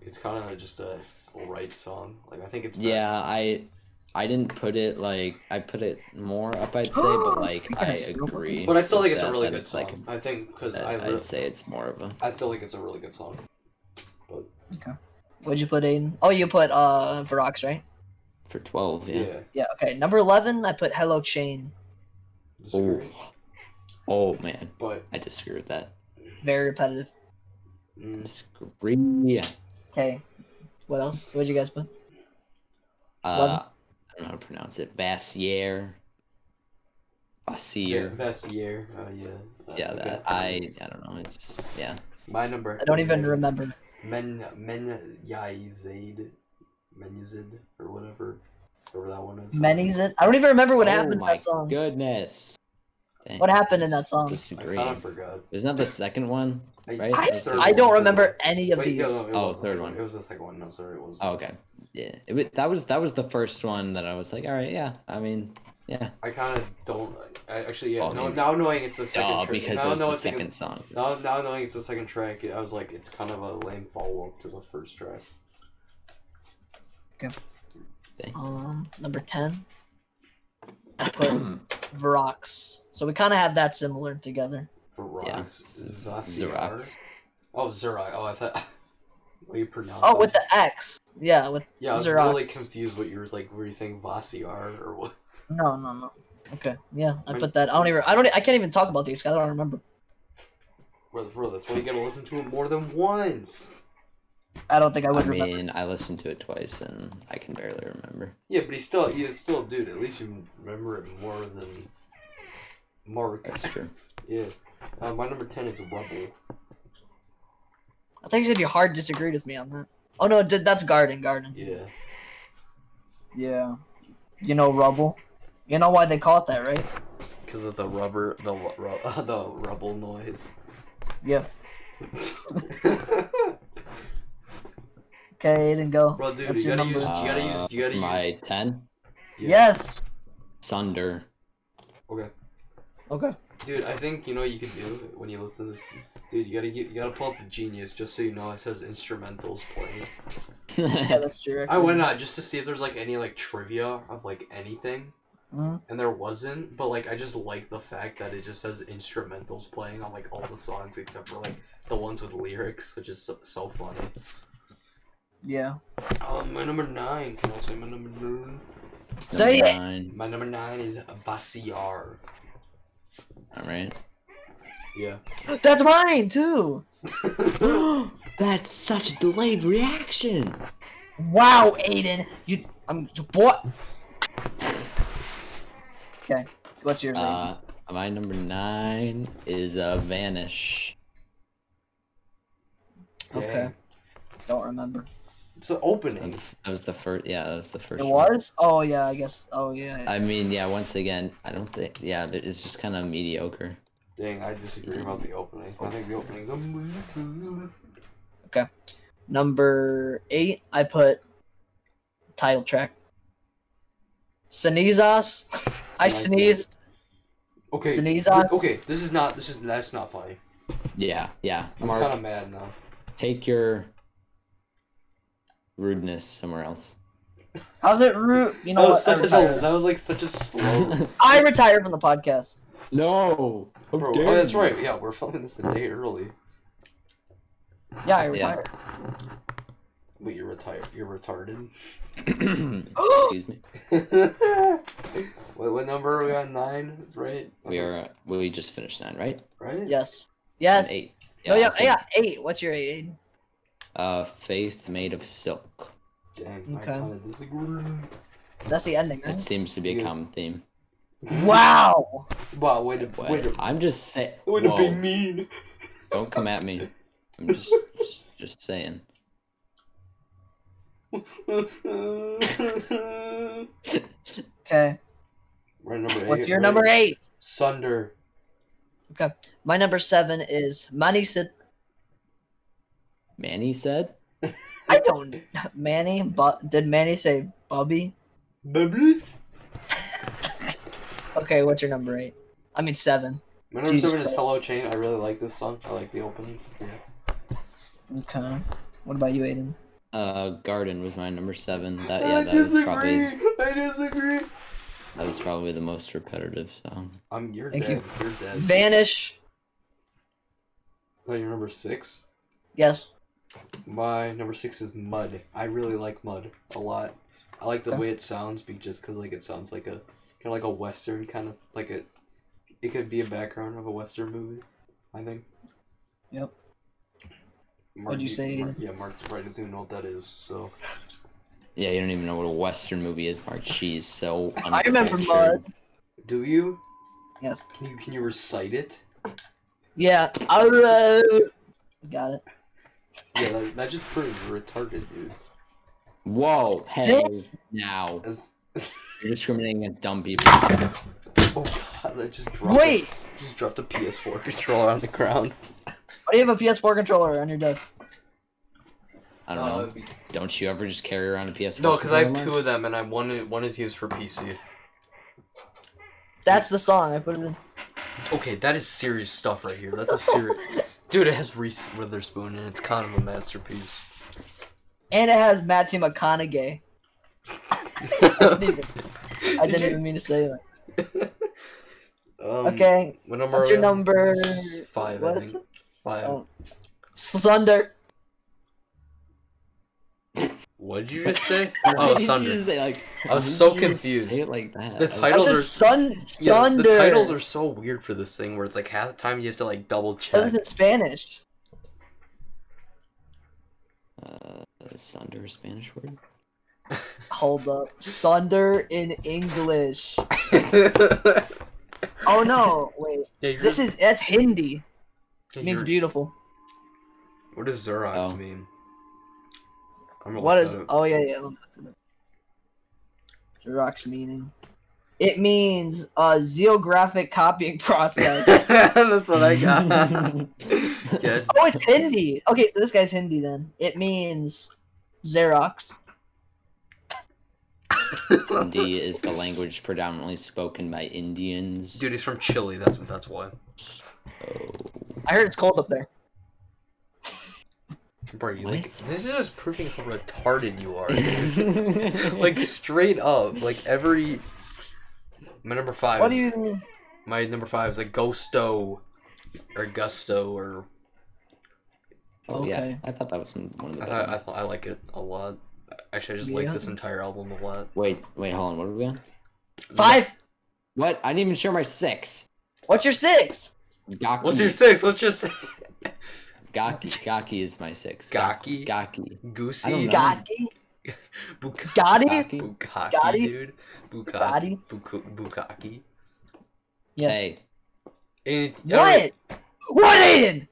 A: It's kind of just a right song. Like I think it's. better-
C: Yeah, I I didn't put it like I put it more up. I'd say, but like
B: You
C: I
B: guys still-
C: agree.
A: But I still
C: with
A: think it's a
C: that,
A: really
C: that
A: good
C: it's,
A: song.
C: like,
A: I think because
C: that
A: I,
C: I'd
A: li-
C: say it's more of a.
A: I still think it's a really good song.
B: What'd you put, Aiden? Oh, you put uh Verox, right?
C: For twelve,
A: Yeah.
C: yeah.
B: Yeah. Okay. Number eleven, I put Hello Chain.
A: disagree.
C: Oh. oh man,
A: But
C: I disagree with that.
B: Very repetitive.
A: mm,
C: Disagree.
B: Okay. What else? What'd you guys put?
C: Uh, I don't know how to pronounce it. Bassier.
A: yeah,
C: Bassier.
A: best year. Oh yeah. Uh,
C: Yeah,
A: okay.
C: that I I don't know. It's just, yeah.
A: My number.
B: I don't even remember.
A: Men Men Yaizade, Menizid or whatever, whatever that one is.
B: Many's it. I don't even remember what
C: oh
B: happened in
C: my
B: that song.
C: goodness. Dang,
B: What happened in
C: dis-
B: that song?
A: I
C: Disagree.
A: kind of forgot.
C: Isn't that the second one? Right?
B: I,
C: Third
B: I don't
A: one.
B: remember any of
A: Wait,
B: these.
A: no, no, it
C: Oh,
A: was the
C: third
A: second
C: one.
A: It was the second one. No, sorry, it was.
C: Oh, okay. Yeah. It, wa- that was that was the first one that I was like, all right, yeah. I mean, yeah.
A: I kind of don't. I, actually, yeah.
C: Oh,
A: no,
C: man.
A: now knowing it's the second.
C: Duh,
A: track-
C: because it
A: now
C: was
A: knowing
C: the
A: it's like a-
C: second song.
A: Now, now knowing it's the second track, I was like, it's kind of a lame follow up to the first track.
B: Um, number ten,
A: Oh,
B: Verox. So we kind of have that similar together.
A: For
C: yeah.
A: rocks,
C: Xerox.
A: Oh, Xerox. Oh, I thought. Well, you pronounce.
B: Oh, with
A: it.
B: the X. Yeah, with
A: Yeah, I was
B: Xerox.
A: really confused. What you were like? Were you saying Vassiar or what?
B: no, no, no. Okay, yeah, I
A: Wait.
B: put that. I don't even. I don't. e, I can't even talk about these. 'cause I don't remember
A: Bro, bro, that's why you gotta listen to it more than once.
B: I don't think I
C: I,
B: would remember.
C: mean, I listened to it twice and I can barely remember.
A: Yeah, but he's still, he's still, dude. At least you remember it more than Mark.
C: That's true.
A: Yeah. Uh, my number ten is Rubble.
B: I think you said you hard disagreed with me on that. Oh no, d- that's garden, garden.
A: Yeah.
B: Yeah. You know rubble. You know why they call it that, right?
A: Because of the rubber, the ru- ru- uh, the rubble noise.
B: Yeah. Okay, didn't go.
A: Bro, dude,
B: What's
A: you
B: your
A: gotta,
B: number?
A: use, you gotta use,
C: Uh,
A: you gotta use,
C: my ten
A: yeah.
B: Yes.
C: Sunder.
A: Okay,
B: Okay.
A: dude, I think you know what you could do when you listen to this. Dude, you gotta get, you gotta pull up the Genius just so you know it says instrumentals playing.
B: Yeah, that's true.
A: I
B: actually.
A: went out just to see if there's like any like trivia of like anything,
B: Mhm.
A: and there wasn't. But like, I just like the fact that it just has instrumentals playing on like all the songs except for like the ones with lyrics, which is so, so funny.
B: Yeah.
A: Um, my number nine. Can I say my number nine?
B: Say
C: Number
B: it.
C: nine.
A: My number nine is Bassiar.
C: All right.
A: Yeah.
B: That's mine too.
C: That's such a delayed reaction.
B: Wow, Aiden. You. I'm. What? Okay. What's yours, Aiden?
C: Uh, my number nine is uh, Vanish.
A: Uh,
B: Okay. Don't remember.
A: It's the
C: So
A: opening.
C: that was the first. Yeah, that was the first.
B: It
C: one.
B: was? Oh yeah, I guess. Oh yeah.
C: I mean, yeah. Once again, I don't think. Yeah, there- it's just kind of mediocre.
A: Dang, I disagree about the opening. I think the opening's amazing.
B: Number eight, I put title track. Sneezos. I sneezed.
A: Okay.
B: Sneeze
A: th-
B: on-
A: Okay, this is not. This is that's not funny.
C: Yeah, yeah.
A: I'm
C: Mark,
A: kind of mad now.
C: take your rudeness somewhere else.
B: How's it root? You
A: Oh,
B: know what? I retired.
A: that was like such a slow.
B: I retired from the podcast.
C: no. How
A: Bro,
C: dare
A: oh, that's
C: you.
A: right. Yeah, we're filming this a day early.
B: Yeah, I
C: Yeah.
B: retired.
A: Wait, you're retired. You're retarded.
C: Excuse me.
A: what, what number are we on? Nine, right?
C: We are. uh, We just finished nine, right? And
A: right.
B: Yes. Yes.
C: Eight.
B: oh yeah,
C: that's it.
B: yeah, eight. What's your eight? Aiden?
C: Uh, faith made of silk.
A: Dang, I
B: Okay.
A: kinda disagree.
B: That's the ending,
C: That
B: right?
C: seems to be a
A: Yeah.
C: common theme.
B: Wow.
A: Wow, way to
C: What?
A: way to,
C: I'm just saying.
A: way to be mean.
C: Don't come at me. I'm just, just, just saying.
A: right,
B: Okay.
A: number eight.
B: What's your
A: right?
B: number eight?
A: Sunder.
B: My number seven is Manny Sid.
C: Manny said.
B: I don't Manny, but did Manny say Bubby?
A: Baby.
B: Okay, what's your number eight? I mean seven.
A: My number
B: Jesus
A: seven is
B: Christ.
A: Hello Chain. I really like this song. I like the opening. Yeah.
B: Okay. What about you, Aiden?
C: Uh, garden was my number seven. That yeah, that was probably
A: I disagree.
C: that was probably the most repetitive song.
A: I'm you're
B: Thank
A: dead. You. are dead.
B: Vanish.
A: no, your number six.
B: Yes.
A: My number six is Mud. I really like Mud a lot. I like the
B: Okay.
A: way it sounds, be just because like it sounds like a kind of like a western kind of like a. It could be a background of a western movie, I think.
B: Yep.
A: Mark,
B: What'd you say,
A: Mark-
B: Aiden?
A: yeah, Mark probably doesn't even know what that is. So
C: Yeah, you don't even know what a western movie is, Mark. She's so.
B: I remember
C: uncultured.
A: do you?
B: Yes.
A: Can you can you recite it?
B: Yeah. Alright. Got it.
A: Yeah, that, that just proves you're retarded, dude.
C: Whoa! Hey, now
A: That's,
C: you're discriminating against dumb people.
A: oh god, that just dropped. a-
B: Wait.
A: just dropped a PS4 controller on the ground.
B: Why do you have a PS4 controller on your desk?
C: I don't know. Don't you ever just carry around a PS4?
A: Uh, No, because I have
C: controller,
A: two of them, and I one one is used for PC.
B: That's the song. I put it in.
A: Okay, that is serious stuff right here. That's a serious. Dude, it has Reese Witherspoon, and it's kind of a masterpiece.
B: And it has Matthew McConaughey. I didn't even, I didn't even mean to say that.
A: Um,
B: Okay.
A: What number?
B: What's
A: are
B: your
A: we on?
B: number?
A: Five, I
B: What?
A: think. Five.
B: Oh. Sunder.
A: What'd you just say?
C: Mark. Why
A: oh,
C: did you
A: Sunder.
C: just say, like,
A: I was
C: why
A: so
C: did you just
A: confused.
C: Say it like that.
A: The
C: I was-
A: title-
B: I
A: Titles
B: said
A: are-
B: sun,
A: Yeah,
B: Sunder.
A: the titles are so weird for this thing, where it's like half the time you have to like double
B: That
A: check.
B: was in Spanish.
C: Uh, is under a Spanish word?
B: Hold up. Sunder in English. Oh no, wait.
A: yeah, you're
B: This
A: just-
B: is that's Hindi.
A: yeah,
B: It means
A: you're-
B: beautiful.
A: What does Xerox
C: Oh.
A: mean? I'm gonna
B: What
A: look
B: is
A: that up.
B: oh yeah, yeah, let me look it up. Xerox meaning. It means uh geographic copying process.
A: That's what I got. yes.
B: oh, it's Hindi. Okay, so this guy's Hindi then. It means Xerox.
C: Hindi is the language predominantly spoken by Indians. Oh.
A: Dude, he's from Chile. That's that's why.
C: So-
B: I heard it's cold up there.
A: Bro, you like
C: What?
A: this is just proving how retarded you are. like straight up, like every my number five.
B: What
A: is-
B: do you mean?
A: My number five is like Gusto, or Gusto, or
C: Oh, yeah,
B: Okay.
C: I thought that was one of the
A: I,
C: better
A: I,
C: ones.
A: Uh, I like it a lot. Actually, I just like
B: Yeah.
A: this entire album a lot.
C: Wait, wait, hold on. What are we on?
B: Five.
C: What? I didn't even share my six.
B: What's your six?
C: Gaki.
A: What's your six? What's your six?
C: Gaki? Gaki is my six.
A: Gaki?
C: Gaki.
A: Goosey?
C: know.
B: Gotti?
A: Buka-
B: Gotti?
C: Gaki.
A: Bukaki,
B: Gotti?
A: dude. Bukaki.
B: Gotti?
A: Buku- Bukaki.
B: Yes.
C: Hey,
A: And it's,
B: What? What, Aiden?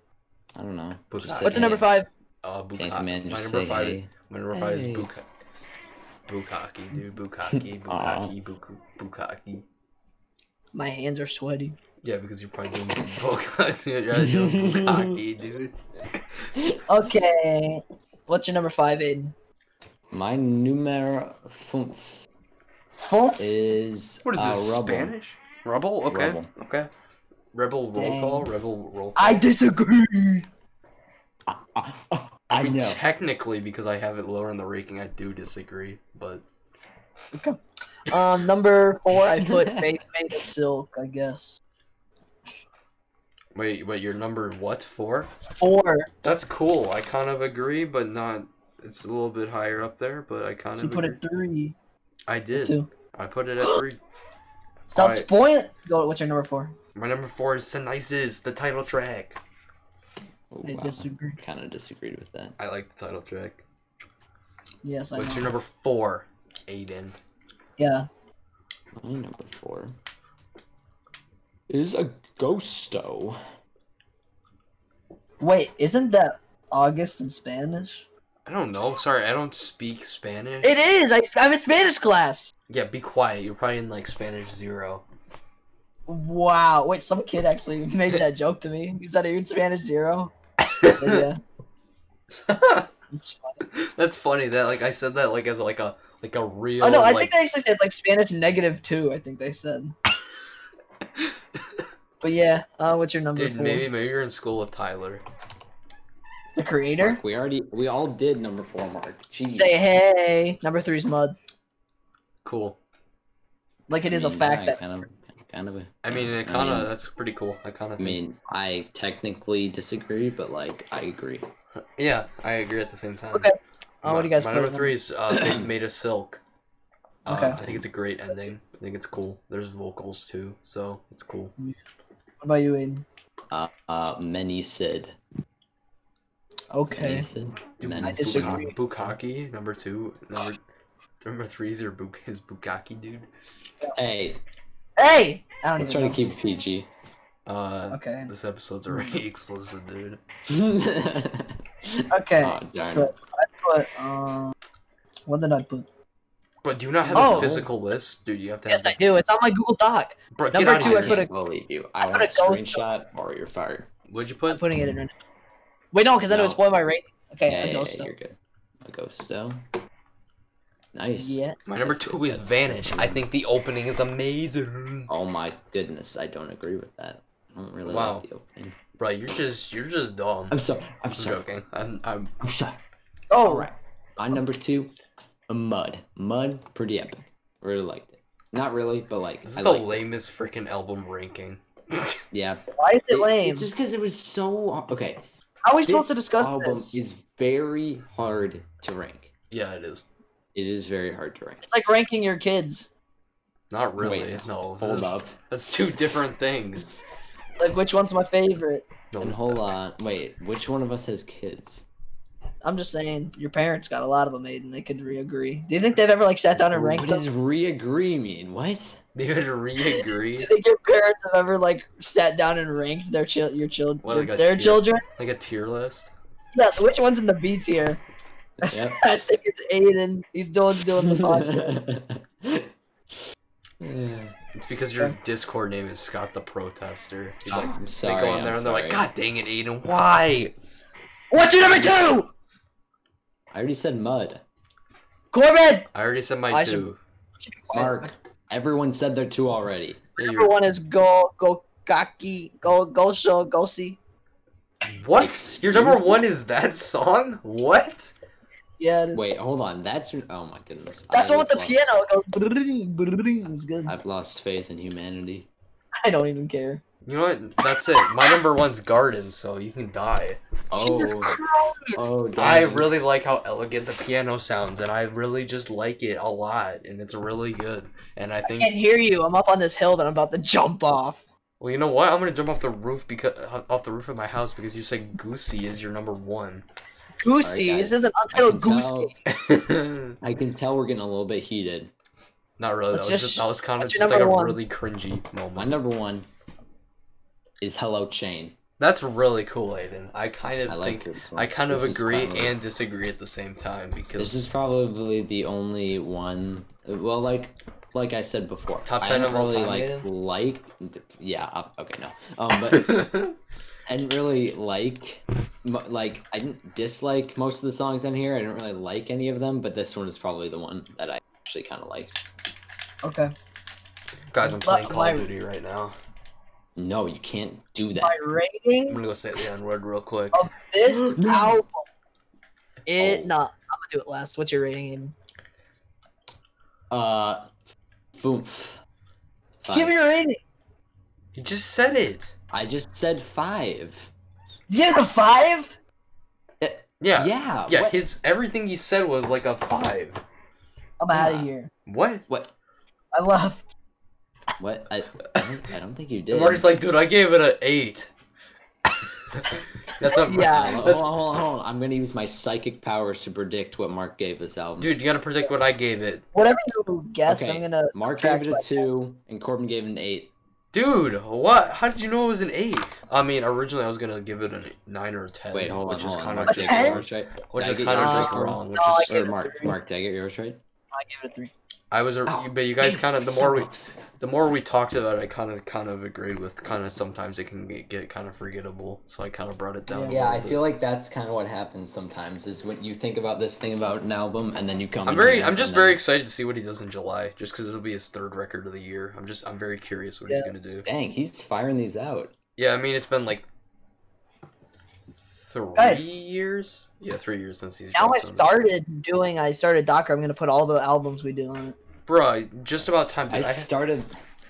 C: I don't know.
A: But
C: Just
A: I-
C: said
B: What's your number
C: hey.
B: five?
A: Uh,
C: Can't the
A: Bukaki.
C: man
A: My
C: just
A: number
C: say
A: five.
C: hey?
A: My number five is
C: Hey.
A: Buka- Bukaki, dude. Bukaki,
C: Aw.
A: Bukaki, Buku- Bukaki.
B: My hands are sweaty.
A: Yeah, because you're probably doing Bukaki, you're probably doing Bukaki, dude.
B: Okay. What's your number five, Aiden?
C: My numero fünf
B: Full.
C: is
A: What is
C: uh,
A: this,
C: rubble.
A: Spanish? Rebel? Okay,
C: Rebel.
A: okay. Rebel roll
B: Dang.
A: call? Rebel roll call?
B: I disagree.
C: Ah, ah, ah,
A: I
C: I
A: mean,
C: know.
A: technically, because I have it lower in the ranking, I do disagree, but
B: Um, number four, I put faith made of silk. I guess
A: wait, wait, your number what four?
B: four.
A: That's cool. I kind of agree, but not It's a little bit higher up there, but I kind
B: So you
A: of
B: put
A: agree.
B: it three,
A: I did.
B: two.
A: I put it at three.
B: Stop
A: Alright,
B: spoiling. Go. What's your number four?
A: My number four is Senices, the title track.
B: I disagree.
C: Kind of disagreed with that.
A: I like the title track.
B: Yes, I
A: What's
B: know.
A: your number four? Aiden.
B: Yeah.
C: My number four is a ghosto.
B: Wait, isn't that August in Spanish?
A: I don't know. Sorry, I don't speak Spanish.
B: It is. I, I'm in Spanish class.
A: Yeah, be quiet. You're probably in like Spanish zero.
B: Wow. Wait, some kid actually made that joke to me. He said, "Are you in Spanish zero? I said, "Yeah." It's funny.
A: That's funny. That like I said that like as like a like a real.
B: Oh no, I
A: like,
B: think they actually said like Spanish negative two. I think they said. but yeah, uh, what's your number
A: Dude,
B: four?
A: maybe maybe you're in school with Tyler.
B: The creator.
C: Mark, we already we all did number four, Mark. Jeez.
B: Say hey. Number three is mud.
A: Cool.
B: Like it is a
C: mean,
B: fact
C: yeah,
B: that
C: kind of, kind of. a-
A: I mean, it kind of that's pretty cool. I kind
C: I
A: of.
C: mean, I technically disagree, but like I agree.
A: Yeah, I agree at the same time.
B: Okay. Uh, what do you guys
A: My
B: put
A: number
B: it on?
A: three is uh, Faith Made of Silk. Uh,
B: Okay.
A: I think it's a great ending. I think it's cool. There's vocals too, so it's cool.
B: What about you, Aiden?
C: Uh, uh many Sid.
B: Okay.
C: Many Sid.
A: Dude,
C: Many
B: I
C: Sid.
B: disagree.
A: Bukaki number two, number number three is your Buk is Bukaki dude.
C: Hey,
B: Hey, I don't
C: Hmm. let's
B: even
C: try
B: know.
C: to keep it PG.
A: Uh,
B: Okay.
A: this episode's already explicit, dude.
B: Okay.
C: Aw, Oh, darn
B: so I put um. What did I put?
A: But do you not have a
B: Oh.
A: physical list, dude? You have to have.
B: Yes, I do. It's on my Google Doc.
A: do. Bro,
B: Number
A: get
B: two,
A: out
B: I
A: of
B: put
A: here.
B: a-
C: can't believe you. I
B: put
C: want a
B: a ghost-
C: screenshot or you're fired.
A: What'd you
B: I'm
A: put?
B: putting it in. Right now. Wait, no, because then it would
C: No.
B: spoil my rating. Okay,
C: yeah,
B: a ghost.
C: yeah,
B: though.
C: you're good. A ghosto. Nice.
B: Yeah.
A: My number
C: That's
A: two
C: good,
A: is
C: that's good,
A: Vanish.
C: that's
A: I
C: good.
A: think the opening is amazing.
C: Oh my goodness, I don't agree with that. I don't really
A: Wow.
C: like the opening.
A: Bro, you're just you're just dumb.
C: I'm sorry. I'm
A: I'm
C: sorry.
A: joking. I'm, I'm
C: I'm sorry.
B: Oh,
C: All right. My number two, Mud. Mud, pretty epic. Really liked it. Not really, but like
A: this
C: I
A: is the
C: liked it.
A: lamest freaking album ranking.
C: Yeah.
B: why is it lame?
C: It's just because it was so okay.
B: How are we supposed to
C: this
B: discuss
C: album
B: this?
C: is very hard to rank.
A: yeah, it is.
C: It is very hard to rank.
B: It's like ranking your kids.
A: Not really.
C: Wait,
A: no. this
C: Hold
A: is-
C: up
A: That's two different things.
B: Like which one's my favorite?
A: No,
C: and hold on. Wait, which one of us has kids?
B: I'm just saying, your parents got a lot of them made, and they could re-agree. Do you think they've ever like sat down and ranked
C: What
B: them?
C: does re-agree mean? What?
A: They would
B: Do
A: re-agree
B: you think your parents have ever like sat down and ranked their chil- your children,
A: Well, like a
B: their
A: tier.
B: children?
A: like a tier list.
B: Yeah, which one's in the B tier?
C: Yep.
B: I think it's Aiden. He's doing doing the podcast.
C: Yeah.
A: It's because your Discord name is Scott the Protester. He's like,
C: I'm
A: they
C: sorry.
A: go on
C: I'm
A: there and they're like,
C: sorry.
A: God dang it, Aiden, why?
B: What's your number two?
C: I already said mud.
B: Corbin.
A: I already said my
B: I should-
A: two.
C: Mark. Everyone said their two already.
A: Yeah,
B: Number
A: you're-
B: one is Go Go Gaki Go Go Show Gosi.
A: What? Your number
C: Excuse me?
A: one is that song? What?
B: Yeah, it is.
C: Wait, hold on. That's your. Oh my goodness.
B: that's the
C: I've
B: one with the
C: lost-
B: piano. It goes. brrrring, brrrring. It was good.
C: I've lost faith in humanity.
B: I don't even care.
A: You know what? That's it. My number one's Garden, so you can die.
B: Jesus
C: Oh,
B: Christ.
C: oh
A: I
C: dang.
A: really like how elegant the piano sounds, and I really just like it a lot, and it's really good. And I
B: I
A: think,
B: can't hear you. I'm up on this hill that I'm about to jump off.
A: well, you know what? I'm gonna jump off the roof because off the roof of my house because you said Goosey is your number one.
B: Goosey.
C: Alright, guys.
B: this is an
C: I can,
B: untitled goose.
C: tell,
B: Game.
A: Not
C: I can tell we're getting a little bit heated.
A: really. That was
B: That's
A: just,
B: just-
A: that was kind of
B: that's
A: just
B: your
A: like a
B: number one.
A: really cringy
C: My
A: moment.
C: number one is Hello Chain.
A: That's really cool, Aiden. I kind of
C: Mm-hmm. I
A: think
C: like this one.
A: I kind of
C: This is
A: agree
C: probably-
A: and disagree at the same time
C: This
A: because
C: is probably the only one. Well, like, like I said before,
A: Top
C: I
A: 10
C: don't
A: of all
C: really
A: time,
C: like
A: Aiden?
C: like. Yeah. uh, Okay. No. Um, but I didn't really like, mo- like I didn't dislike most of the songs on here. I didn't really like any of them, but this one is probably the one that I actually kind of liked.
B: Okay.
A: guys, I'm
B: But
A: playing Call of
B: my-
A: Duty right now.
C: No, you can't do that.
B: My
A: I'm
B: rating
A: gonna go say the N word real quick.
B: of this
C: No.
B: album. It
A: Oh.
B: nah. I'm gonna do it last. What's your rating? Aiden?
C: Uh, foof.
B: Give
C: Five.
B: me your rating.
A: You just said it.
C: I just said five.
B: You give it a five?
C: It-
A: Yeah. Yeah.
C: yeah. what,
A: his everything he said was like a five.
B: I'm out of here.
A: What?
C: what?
B: I left.
C: What? I, I, don't, I don't think you did.
A: And Marty's like, dude, I gave it an eight. That's not.
B: Yeah.
C: Hold on,
A: That's-
C: hold on, hold on, hold on. I'm gonna use my psychic powers to predict what Mark gave this album.
A: Dude, you gotta predict what I gave it.
B: Whatever you guess,
C: Okay,
B: I'm gonna.
C: Mark gave
B: subtract
C: it a
B: by-
C: two, and Corbin gave it an eight.
A: Dude, what? How did you know it was an eight? I mean, originally I was gonna give it a nine or a ten.
C: Wait, hold on,
A: which
C: hold
A: is
C: on.
A: kind
C: Mark
A: of
B: gave
A: just
B: it a
C: it
B: ten?
A: wrong.
C: yours right.
A: Which
C: Did I
A: is
C: get
A: kind of
C: yours
A: just
C: wrong?
A: wrong. Which
B: No, I
A: is,
B: gave
C: Or
B: it a
C: Mark,
B: three.
C: Mark, did I get yours right?
B: I gave it a three.
A: I was, a,
C: Oh,
A: but you guys
C: damn,
A: kind of the
C: so
A: more we
C: close.
A: the more we talked about it, I kind of kind of agreed with kind of sometimes it can get, get kind of forgettable. So I kind of brought it down. a
C: Yeah,
A: little
C: I
A: bit.
C: feel like that's kind of what happens sometimes. Is when you think about this thing about an album, and then you come.
A: I'm
C: in
A: very
C: here
A: I'm
C: and
A: just
C: then-
A: very excited to see what he does in July, just because it'll be his third record of the year. I'm just I'm very curious what he's
B: Yeah.
A: gonna do.
C: Dang, he's firing these out.
A: Yeah, I mean it's been like three
B: Guys.
A: years. Yeah, three years since he's.
B: Now
A: dropped
B: I've
A: something.
B: started doing. I started Docker. I'm gonna put all the albums we do on it.
A: Bruh, just about time.
C: I
A: Dude, I,
C: started,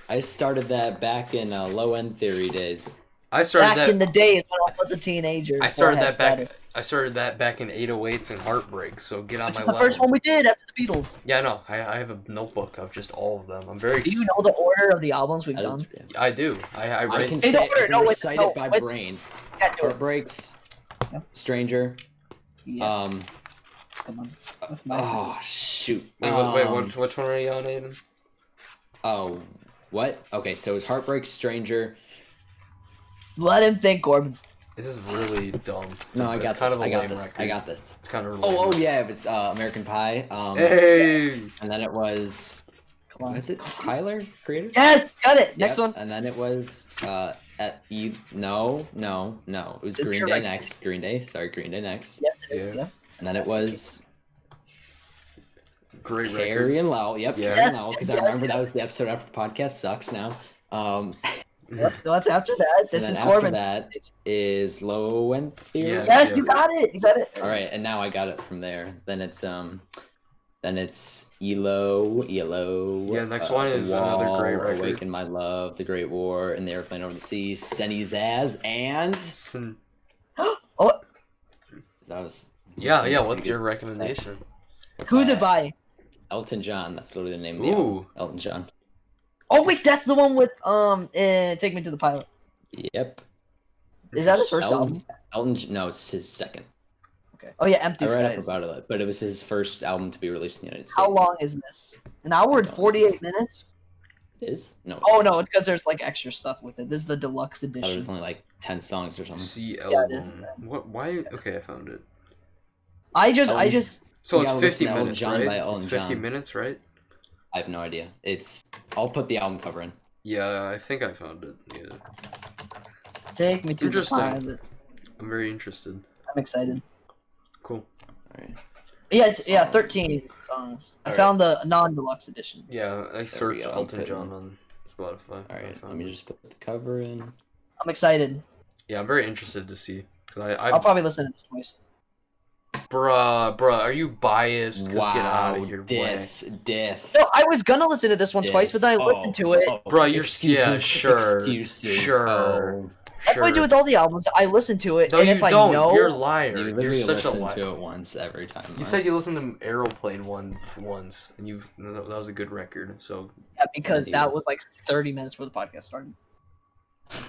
C: I started that back in uh, low end theory days.
A: I started
B: Back
A: that.
B: in the days when I was a teenager.
A: I started
B: before
A: that
B: had
A: back.
B: status.
A: I started that back in 808s and heartbreaks. So get on
B: Which
A: my
B: is the
A: level.
B: first one we did after the Beatles.
A: Yeah, no, I I have a notebook of just all of them. I'm very.
B: Do you know the order of the albums we've
C: I
B: done?
C: don't- yeah.
A: I do. I I,
C: I
A: write-
C: can,
B: It's
C: say, I
B: over,
C: can
B: no, it's-
C: recite
B: no,
C: it by
B: it's-
C: brain.
B: Yeah, do it.
C: Heartbreaks,
B: Yep.
C: Stranger.
B: Yeah,
C: Um,
B: come on. That's my
C: oh shoot.
A: Wait, what, wait,
C: Um,
A: what, which one are you on, Aiden?
C: Oh, what? Okay, so it's Heartbreak Stranger.
B: Let him think, Corbin.
A: This is really dumb. It's
C: No,
A: a-
C: I
A: it's
C: got
A: kind
C: this.
A: of a
C: I got
A: lame
C: this.
A: record.
C: I got this.
A: It's kind of. a
C: Oh,
A: lame
C: oh yeah, it was uh, American Pie. Um,
A: Hey.
C: and then it was
B: Come on.
C: was it Tyler Creator?
B: Yes, got it. Next
C: Yep,
B: one.
C: And then it was uh, at e- no, no, no. It was
B: It's
C: Green
B: your
C: Day
B: record.
C: next. Green Day. Sorry, Green Day next.
B: Yes, it is.
A: Yeah.
B: Yeah.
C: And then it was
A: Great record.
C: Carrie and Lowell. Yep,
A: Yeah.
C: Carrie
B: Yes,
C: and Lowell. Because I
B: yes,
C: remember that was the episode after the podcast sucks now. Um,
B: Yep, so That's after that. This
C: and
B: is
C: then after
B: Corbin.
C: That is low and
A: Yeah.
B: Yes, you got it. You got it.
C: All right, and now I got it from there. Then it's um, then it's Elo, Elo.
A: Yeah, next one is another great record.
C: Awaken My Love, The Great War, and the Airplane Over the Sea, Senny Zaz, and
A: Sin-
B: Oh,
C: that was
A: Yeah, yeah. What's your recommendation?
B: Who's it by?
C: Elton John. That's literally the name. Of the album.
A: Ooh,
C: Elton John.
B: Oh wait, that's the one with um. eh, Take me to the pilot.
C: Yep.
B: Is that his first
C: Elton,
B: album?
C: Elton. J- No, it's his second.
B: Okay. Oh yeah, Empty
C: I read up
B: Skies.
C: about it, but it was his first album to be released in the United States.
B: How long is this? An hour and
C: I don't know.
B: forty-eight minutes.
C: It is? No. it's
B: Oh
C: not.
B: no, it's because there's like extra stuff with it. This is the deluxe
C: I thought it
B: edition.
C: was only like ten songs or something.
A: C
B: Yeah, it is.
A: album. What? Why? Okay, I found it.
B: I just, I
C: Elton-
B: just,
A: So
C: You
A: it's 50
C: gotta listen to Elton
A: minutes,
C: John by
A: right?
C: Elton
A: It's 50
C: John.
A: minutes, right?
C: I have no idea. It's. I'll put the album cover in.
A: Yeah, I think I found it. Yeah,
B: take me to the
A: Interesting.
B: pilot.
A: I'm very interested.
B: I'm excited.
A: Cool.
C: All right.
B: Yeah, it's yeah, thirteen songs. I
A: Alright.
B: found the non-deluxe edition.
A: Yeah, I searched
C: go,
A: Elton
C: put-
A: John on Spotify.
C: All
A: I
C: right. Let
A: found
C: me
A: it.
C: just put the cover in.
B: I'm excited.
A: Yeah, I'm very interested to see. 'Cause I,
B: I'll
A: I,
B: probably listen to this voice.
A: bruh, bruh, are you biased? 'Cause
C: Wow.
A: get out of your
C: dis, dis.
B: No, I was gonna listen to this one twice, but
C: dis.
B: then I
C: Oh,
B: listened to it.
C: oh,
A: Bro, you're- yeah, sure,
C: Excuses.
A: sure.
C: Oh,
B: That's what I do with all the albums. I listen to it,
A: way. No,
B: and
A: you
B: if I
A: don't.
B: know,
A: You're a
C: you
A: liar.
C: literally
A: You're such a
C: listen
A: liar.
C: to it once every time.
A: You said you listened to Aeroplane one once, and you that was a good record. So,
B: yeah, because
C: Indeed.
B: that was like 30 minutes before the podcast started.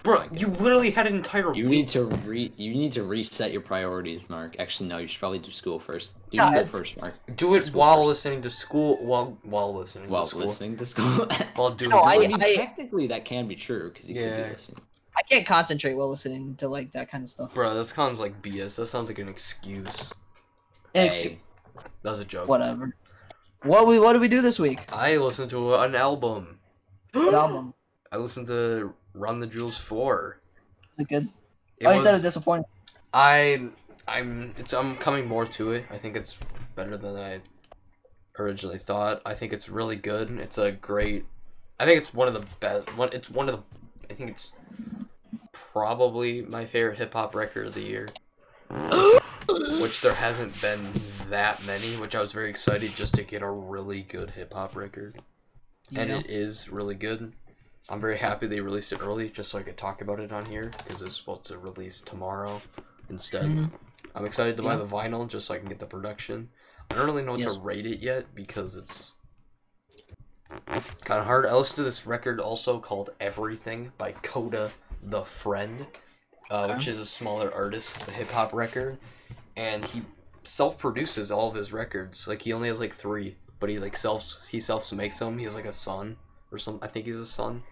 A: bro, you literally had an entire
C: Oh You
A: week.
C: need to re. You need to reset your priorities, Mark. Actually, no. You should probably do school first. Do
B: Yeah,
C: school
B: it's-
C: first, Mark.
A: Do it
C: School
A: while
C: first.
A: listening to school. While while listening
C: While
A: to school.
C: listening to school.
A: While doing.
B: No,
A: school.
B: I-
C: mean, technically that can be true because you could
A: Yeah.
C: be listening.
B: I can't concentrate while listening to like that kind of stuff.
A: Bro, that sounds like BS. That sounds like an excuse.
B: Ex-
C: Hey,
A: That was a joke.
B: Whatever. What we what did we do this week?
A: I listened to an album.
B: What album?
A: I listened to Run the Jewels four.
B: Was it good?
A: It
B: oh, you said
A: was-
B: it was disappointing.
A: I I'm it's I'm coming more to it. I think it's better than I originally thought. I think it's really good. It's a great I think it's one of the best one it's one of the I think it's probably my favorite hip hop record of the year. which there hasn't been that many, which I was very excited just to get a really good hip hop record
B: You
A: and
B: know?
A: it is really good. I'm very happy they released it early, just so I could talk about it on here because it's supposed to release tomorrow instead.
B: Mhm.
A: I'm excited to buy
B: Yeah.
A: the vinyl just so I can get the production. I don't really know what
B: Yes.
A: to rate it yet because it's kind of hard. I listened to this record also called Everything by Coda the Friend, uh, which is a smaller artist. It's a hip hop record, and he self produces all of his records. Like he only has like three, but he like self he self makes them. He has like a son or some. I think he's a son,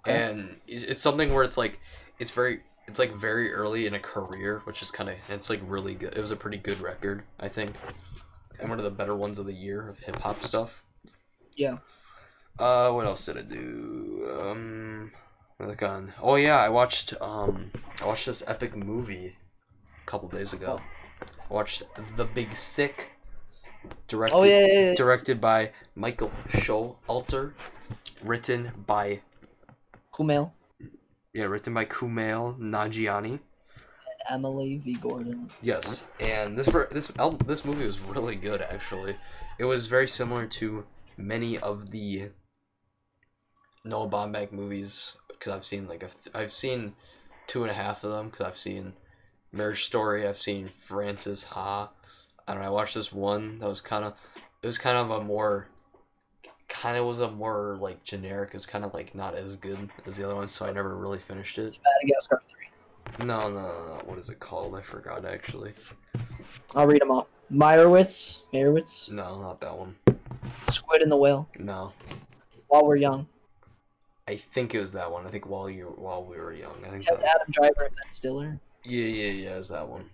B: Okay.
A: and it's it's something where it's like it's very it's like very early in a career, which is kind of it's like really good. It was a pretty good record, I think, and one of the better ones of the year of hip hop stuff.
B: Yeah.
A: Uh, what else did I do? Um, another gun. Oh yeah, I watched um I watched this epic movie a couple days ago. I watched The Big Sick. Directed,
B: Oh yeah, yeah, yeah.
A: directed by Michael Showalter, written by
B: Kumail,
A: yeah, written by Kumail Nanjiani.
B: Emily V. Gordon.
A: Yes, and this ver- this album, this movie was really good actually. It was very similar to many of the Noah Baumbach movies because I've seen like a th- I've seen two and a half of them because I've seen Marriage Story, I've seen Francis Ha. I don't know. I watched this one that was kind of it was kind of a more kind of was a more like generic. It was kind of like not as good as the other one, so I never really finished it.
B: Madagascar three.
A: No, no, no, no. What is it called? I forgot actually.
B: I'll read them all. Meyerowitz, Meyerowitz,
A: No, not that one.
B: Squid and the Whale.
A: No,
B: While we're young,
A: I think it was that one. I think while you while we were young, I think.
B: that's
A: That,
B: Adam Driver and Ben Stiller.
A: yeah, yeah, yeah, it's that one.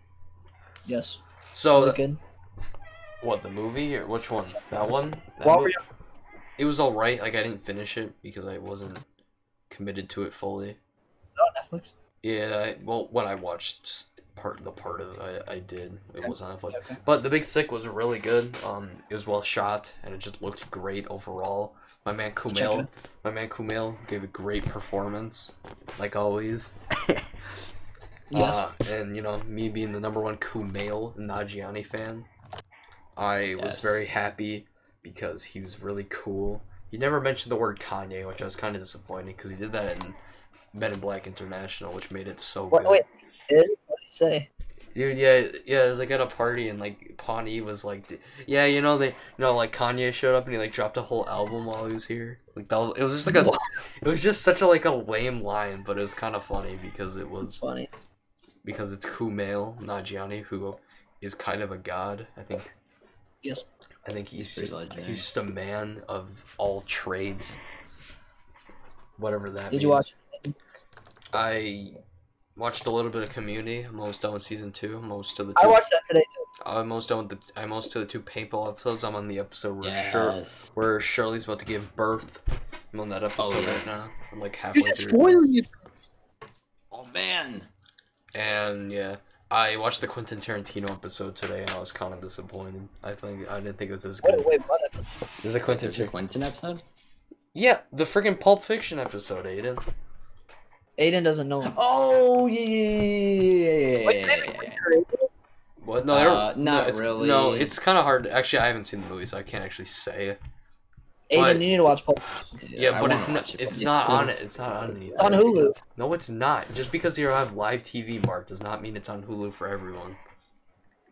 B: Yes,
A: So
B: was it
A: Oh, that-
B: good?
A: what the movie or which one? That one. That
B: While
A: mo-
B: we're young,
A: it was all right. Like I didn't finish it because I wasn't committed to it fully.
B: was on Netflix.
A: Yeah, I, well, when I watched s- part the part of it, I, I did. It was on Netflix.
B: Okay.
A: But the Big Sick was really good. Um, it was well shot, and it just looked great overall. My man
B: Check it
A: Kumail,
B: out.
A: my man Kumail gave a great performance, like always.
B: Yes.
A: Uh, and you know, me being the number one Kumail Nagiani fan, I was
C: Yes.
A: very happy because he was really cool. He never mentioned the word Kanye, which I was kind of disappointed because he did that in Men in Black International, which made it so
B: wait,
A: good.
B: wait, what did he say?
A: Dude, yeah, yeah, it was like at a party and like Pawnee was like, d- yeah, you know they, you know like Kanye showed up and he like dropped a whole album while he was here. Like that was, it was just like a, it was just such a like a lame line, but it was kind of funny because it
B: It's
A: was
B: funny.
A: because it's Kumail Nanjiani who is kind of a god. I think.
B: Yes.
A: I think he's
C: Pretty
A: just
C: legendary.
A: he's just a man of all trades. Whatever that.
B: Did you
A: means.
B: watch?
A: I watched a little bit of Community. I'm almost done with season two. I'm almost to the.
B: I
A: two-
B: watched that today too.
A: I'm almost done with the. I'm almost to the two paintball episodes. I'm on the episode where Shir-
C: Yes.
A: where Shirley's about to give birth. I'm on that episode right
C: yes.
A: now. I'm like halfway
B: You Oh, just
A: through.
B: spoiling it.
C: Oh man.
A: And yeah, I watched the Quentin Tarantino episode today, and I was kind of disappointed. I think I didn't think it was as good.
B: Wait, wait, what episode?
A: There's a Quentin.
C: There's a
A: Tar-
C: Quentin episode.
A: yeah, the freaking Pulp Fiction episode, Aiden.
B: Aiden doesn't know. Him.
C: Oh yeah. yeah, yeah,
B: Wait,
C: yeah, yeah, yeah.
A: What? No, I don't-
C: Uh,
A: no,
C: not
A: it's,
C: really.
A: No, it's kind of hard. Actually, I haven't seen the movie, so I can't actually say. it.
B: Aiden,
A: But-
B: you need to watch Pulp.
A: Yeah,
C: I
A: but
C: wanna
A: it's not.
C: watch it,
A: It's
C: but-
A: not on it. It's not on it.
B: It's on Hulu.
A: No, it's not. Just because you have live TV, Mark, does not mean it's on Hulu for everyone.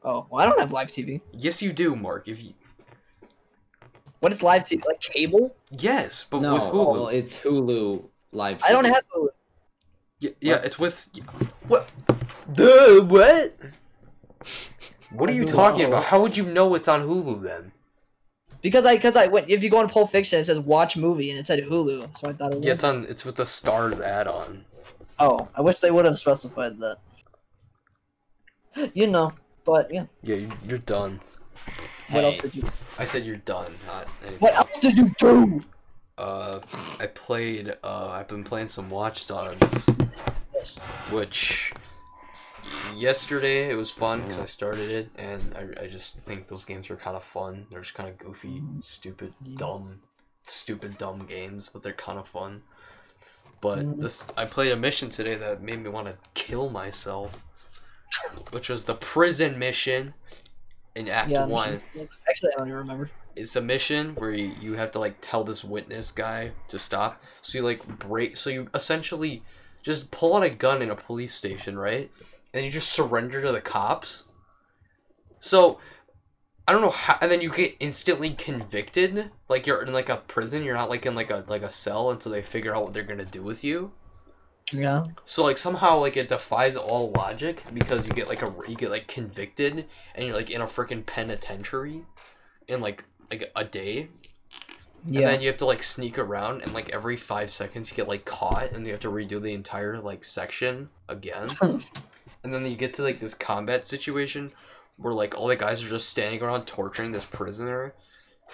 B: Oh, well, I don't have live TV.
A: Yes, you do, Mark. If you
B: What is live TV? Like cable?
A: yes, but
C: No,
A: with Hulu,
C: well, it's Hulu live.
B: I don't
C: stream.
B: have Hulu.
A: yeah, yeah, it's with what? The what? What are you
C: Hulu.
A: talking about? How would you know it's on Hulu then?
B: Because I because I went if you go on Pulp Fiction it says watch movie and it said Hulu, so I thought it was
A: Yeah, it's on. It's with the Stars add-on.
B: Oh, I wish they would have specified that. You know, but yeah.
A: Yeah, you- you're done.
B: What else
C: Hey.
B: did you
A: I said you're done. Not anything.
B: What else did you do?
A: Uh, I played. Uh, I've been playing some Watch Dogs.
B: Yes.
A: which yesterday it was fun because I started it, and I, I just think those games are kind of fun. They're just kind of goofy, stupid, dumb, stupid, dumb games, but they're kind of fun. But this, I played a mission today that made me want to kill myself, which was the prison mission in Act
B: Yeah,
A: One.
B: Mission Six. Actually I don't even remember.
A: It's a mission where you, you have to like tell this witness guy to stop. So you like break. So you essentially just pull out a gun in a police station, right? And you just surrender to the cops. So I don't know how, and then you get instantly convicted. Like you're in like a prison. You're not like in like a like a cell until they figure out what they're gonna do with you.
B: Yeah.
A: So like somehow like it defies all logic because you get like a you get like convicted and you're like in a freaking penitentiary, in like like a day. And
B: Yeah.
A: then you have to like sneak around and like every five seconds you get like caught and you have to redo the entire like section again. and then you get to like this combat situation where like all the guys are just standing around torturing this prisoner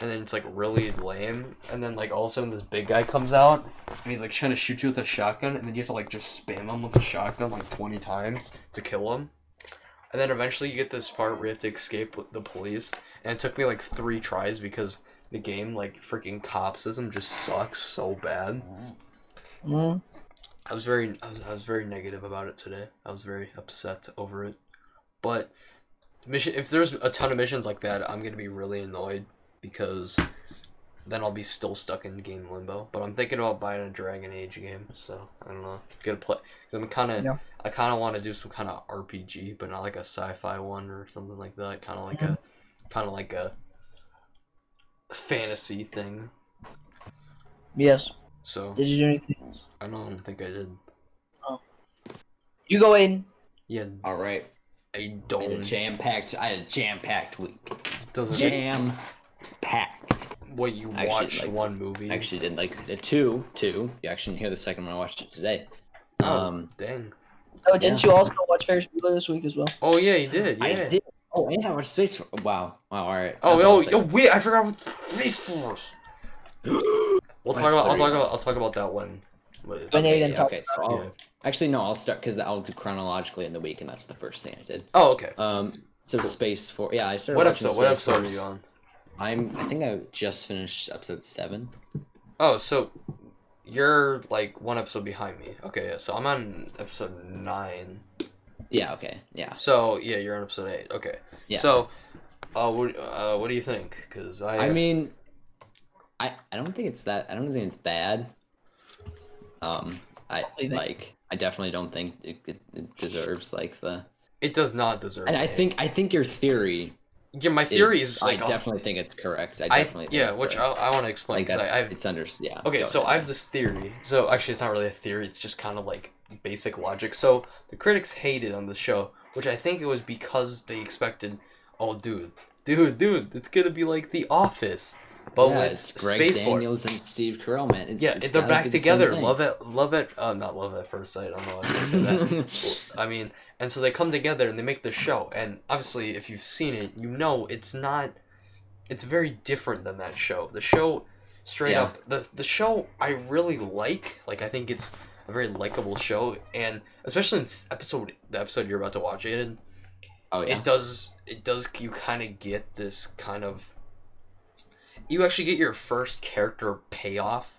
A: and then it's like really lame and then like all of a sudden this big guy comes out and he's like trying to shoot you with a shotgun and then you have to like just spam him with the shotgun like 20 times to kill him and then eventually you get this part where you have to escape with the police and it took me like three tries because the game like freaking cop system just sucks so bad
B: Mm.
A: I was very I was, I was very negative about it today. I was very upset over it. But mission if there's a ton of missions like that, I'm gonna be really annoyed because then I'll be still stuck in game limbo. But I'm thinking about buying a Dragon Age game, so I don't know. Gonna play. 'cause I'm kind of
B: Yeah.
A: I kind of want to do some kind of RPG, but not like a sci-fi one or something like that. Kind of like a kind of like a fantasy thing.
B: Yes.
A: So
B: Did you do anything? else?
A: I don't think I did.
B: You go in.
A: Yeah,
C: All right.
A: I
C: I had a
A: don't.
C: jam packed. I had a jam packed week.
A: Doesn't
C: Jam packed.
A: What you
C: Actually,
A: watched
C: like,
A: one movie?
C: Actually, did like the two, two. You actually didn't hear the second one. I watched it today.
A: Oh.
C: Um,
A: dang.
B: Oh, didn't you also watch Ferris Bueller this week as well?
A: Oh yeah, you did. Yeah.
C: I did. Oh, and I watched Space Force. Wow. Wow. All right.
A: Oh,
C: That
A: oh,
C: was
A: oh, wait, I forgot about Space Force. We'll talk
C: Wait,
A: about. I'll
C: sorry.
A: talk about. I'll talk about that one. Wait,
B: When
C: okay,
B: Aiden
C: yeah,
B: talks
C: okay, so
A: yeah.
C: I'll, actually no, I'll start because I'll do chronologically in the week, and that's the first thing I did.
A: Oh okay.
C: Um, so
A: Cool.
C: Space Force. Yeah, I started.
A: What
C: watching
A: episode? What
C: Space
A: episode are
C: Force.
A: you on?
C: I'm. I think I just finished episode seven.
A: Oh, so you're like one episode behind me. Okay, yeah. So I'm on episode nine.
C: Yeah. Okay. Yeah.
A: So yeah, you're on episode eight. Okay.
C: Yeah.
A: So, uh, what, uh, what do you think? Because I,
C: I mean, I I don't think it's that. I don't think it's bad. Um, I
B: Leave it.
C: like. I definitely don't think it, it, it deserves like the.
A: it does not deserve.
C: And I
A: it.
C: think I think your theory.
A: yeah, my theory is,
C: I
A: like I'll-
C: definitely think it's correct. I
A: I-
C: definitely. think
A: yeah,
C: it's
A: which I,
C: correct.
A: I want to explain
C: like
A: because
C: that,
A: I, I've
C: it's under. Yeah.
A: Okay,
C: go
A: so I
C: ahead.
A: have this theory. So actually, it's not really a theory. It's just kind of like basic logic. So the critics hated on the show, which I think it was because they expected, oh, dude, dude, dude, it's gonna be like The Office, but
C: yeah,
A: with
C: it's Greg
A: Space Force.
C: Daniels and Steve Carell, man. It's,
A: Yeah,
C: it's
A: they're
C: gotta
A: back
C: be the same
A: together.
C: thing.
A: Love it, love it. Uh, not love at first sight. I don't know. Why I was gonna say that. I mean, and so they come together and they make the show. And obviously, if you've seen it, you know it's not. It's very different than that show. The show, straight
C: Yeah.
A: up, the the show I really like. Like I think it's a very likable show, and especially in s- episode the episode you're about to watch, Aiden,
C: oh yeah.
A: it does it does you kind of get this kind of. You actually get your first character payoff,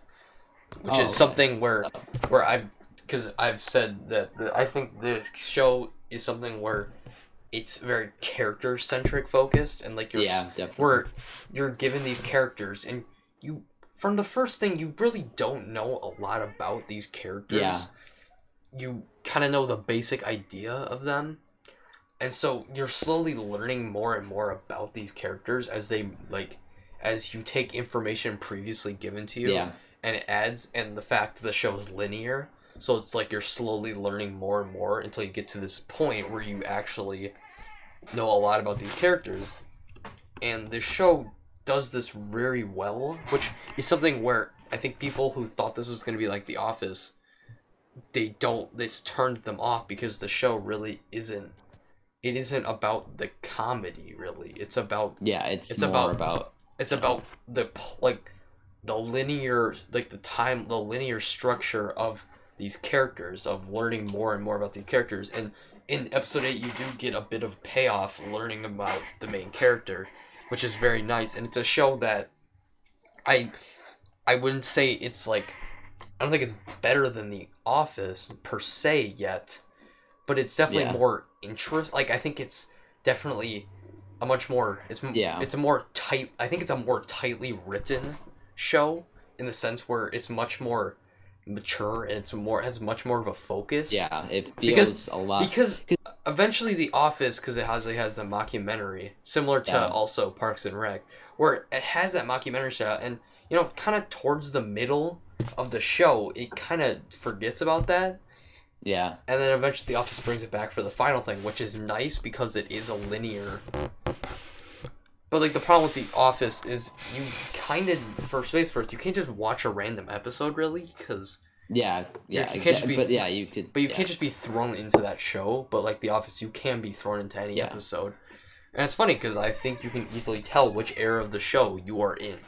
A: which
C: Oh, okay.
A: is something where where I because I've said that the, I think the show is something where it's very character centric focused and like you're s-
C: yeah, definitely.
A: where you're given these characters and you from the first thing you really don't know a lot about these characters.
C: Yeah.
A: You kind of know the basic idea of them. And so you're slowly learning more and more about these characters as they like as you take information previously given to you
C: yeah,
A: and it adds and the fact that the show is linear so it's like you're slowly learning more and more until you get to this point where you actually know a lot about these characters and the show does this very well which is something where i think people who thought this was going to be like the office they don't this turned them off because the show really isn't it isn't about the comedy really it's about
C: yeah, it's,
A: It's
C: more
A: about-
C: about,
A: it's about the p- like the linear like the time the linear structure of these characters of learning more and more about these characters and in episode 8 you do get a bit of payoff learning about the main character which is very nice and it's a show that i i wouldn't say it's like i don't think it's better than the office per se yet but it's definitely
C: Yeah.
A: more interest like i think it's definitely a much more it's m-
C: Yeah.
A: it's a more tight i think it's a more tightly written show in the sense where it's much more mature and it's more has much more of a focus
C: yeah, it feels
A: Because-
C: a lot.
A: because
C: because
A: i'm eventually The Office, because it actually has the mockumentary, similar to
C: Yeah.
A: also Parks and Rec, where it has that mockumentary style, and you know, kind of towards the middle of the show, it kind of forgets about that,
C: Yeah.
A: and then eventually The Office brings it back for the final thing, which is nice because it is a linear. But like the problem with The Office is you kind of for space for it, you can't just watch a random episode really, because
C: Yeah.
A: You're-
C: Yeah.
A: you can't just
C: exact-
A: be
C: but
A: th-
C: yeah, you could.
A: But you
C: yeah.
A: can't just be thrown into that show. But like The Office, you can be thrown into any
C: Yeah.
A: episode. And it's funny because I think you can easily tell which era of the show you are in.